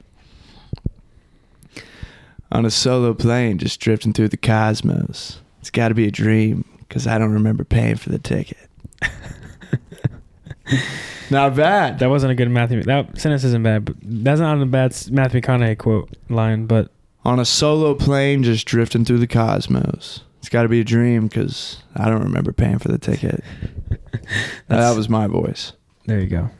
On a solo plane, just drifting through the cosmos. It's got to be a dream because I don't remember paying for the ticket. [laughs] Not bad. That wasn't a good Matthew. That sentence isn't bad. But that's not a bad s- Matthew McConaughey quote line. But On a solo plane, just drifting through the cosmos. It's got to be a dream because I don't remember paying for [laughs] the ticket. Now, that That's- was my voice. there you go.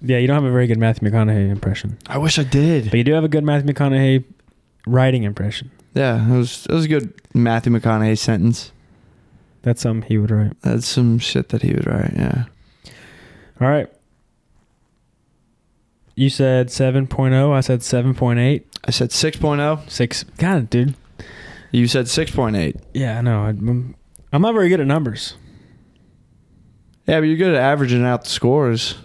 Yeah, you don't have a very good Matthew McConaughey impression, I wish I did. but you do have a good Matthew McConaughey writing impression. Yeah, it was it was a good Matthew McConaughey sentence. That's something he would write. That's some shit that he would write. Yeah. All right. You said 7.0. I said 7.8. I said 6.0. Six. God, dude. You said 6.8. Yeah, I know. I'm, I'm not very good at numbers. Yeah, but you're good at averaging out the scores.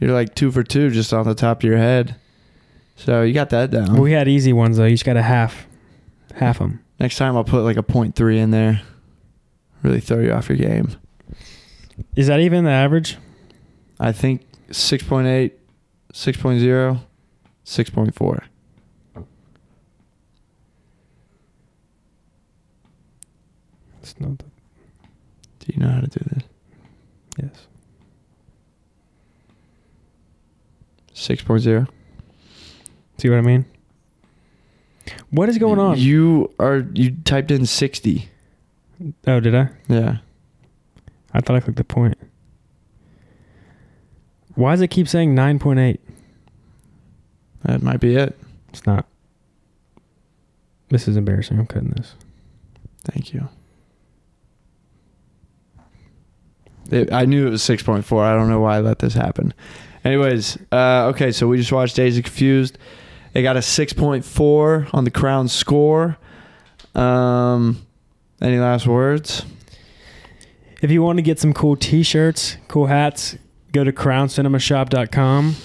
You're like two for two just on the top of your head. So you got that down. We had easy ones, though. You just got a half. Half them. Next time I'll put like a point three in there. Really throw you off your game. Is that even the average? I think 6.8, 6.0, 6.4. It's not. The, Do you know how to do this? yes. 6.0. See what I mean? What is going on? You are you typed in 60. oh, did I? Yeah. I thought I clicked the point. Why does it keep saying 9.8? That might be it. It's not. This is embarrassing. I'm cutting this. Thank you. It, I knew it was 6.4. I don't know why I let this happen. Anyways, uh, okay, so we just watched Days of Confused. It got a 6.4 on the Crown score. Um, any last words? If you want to get some cool t-shirts, cool hats, go to crowncinemashop.com.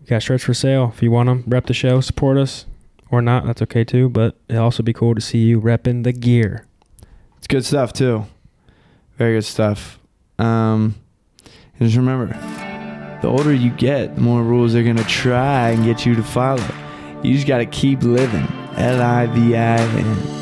We got shirts for sale. If you want them, rep the show, support us or not, that's okay too, but it'll also be cool to see you repping the gear. It's good stuff, too. Very good stuff. Um, and just remember the older you get, the more rules they're going to try and get you to follow. You just got to keep living. L I V I N.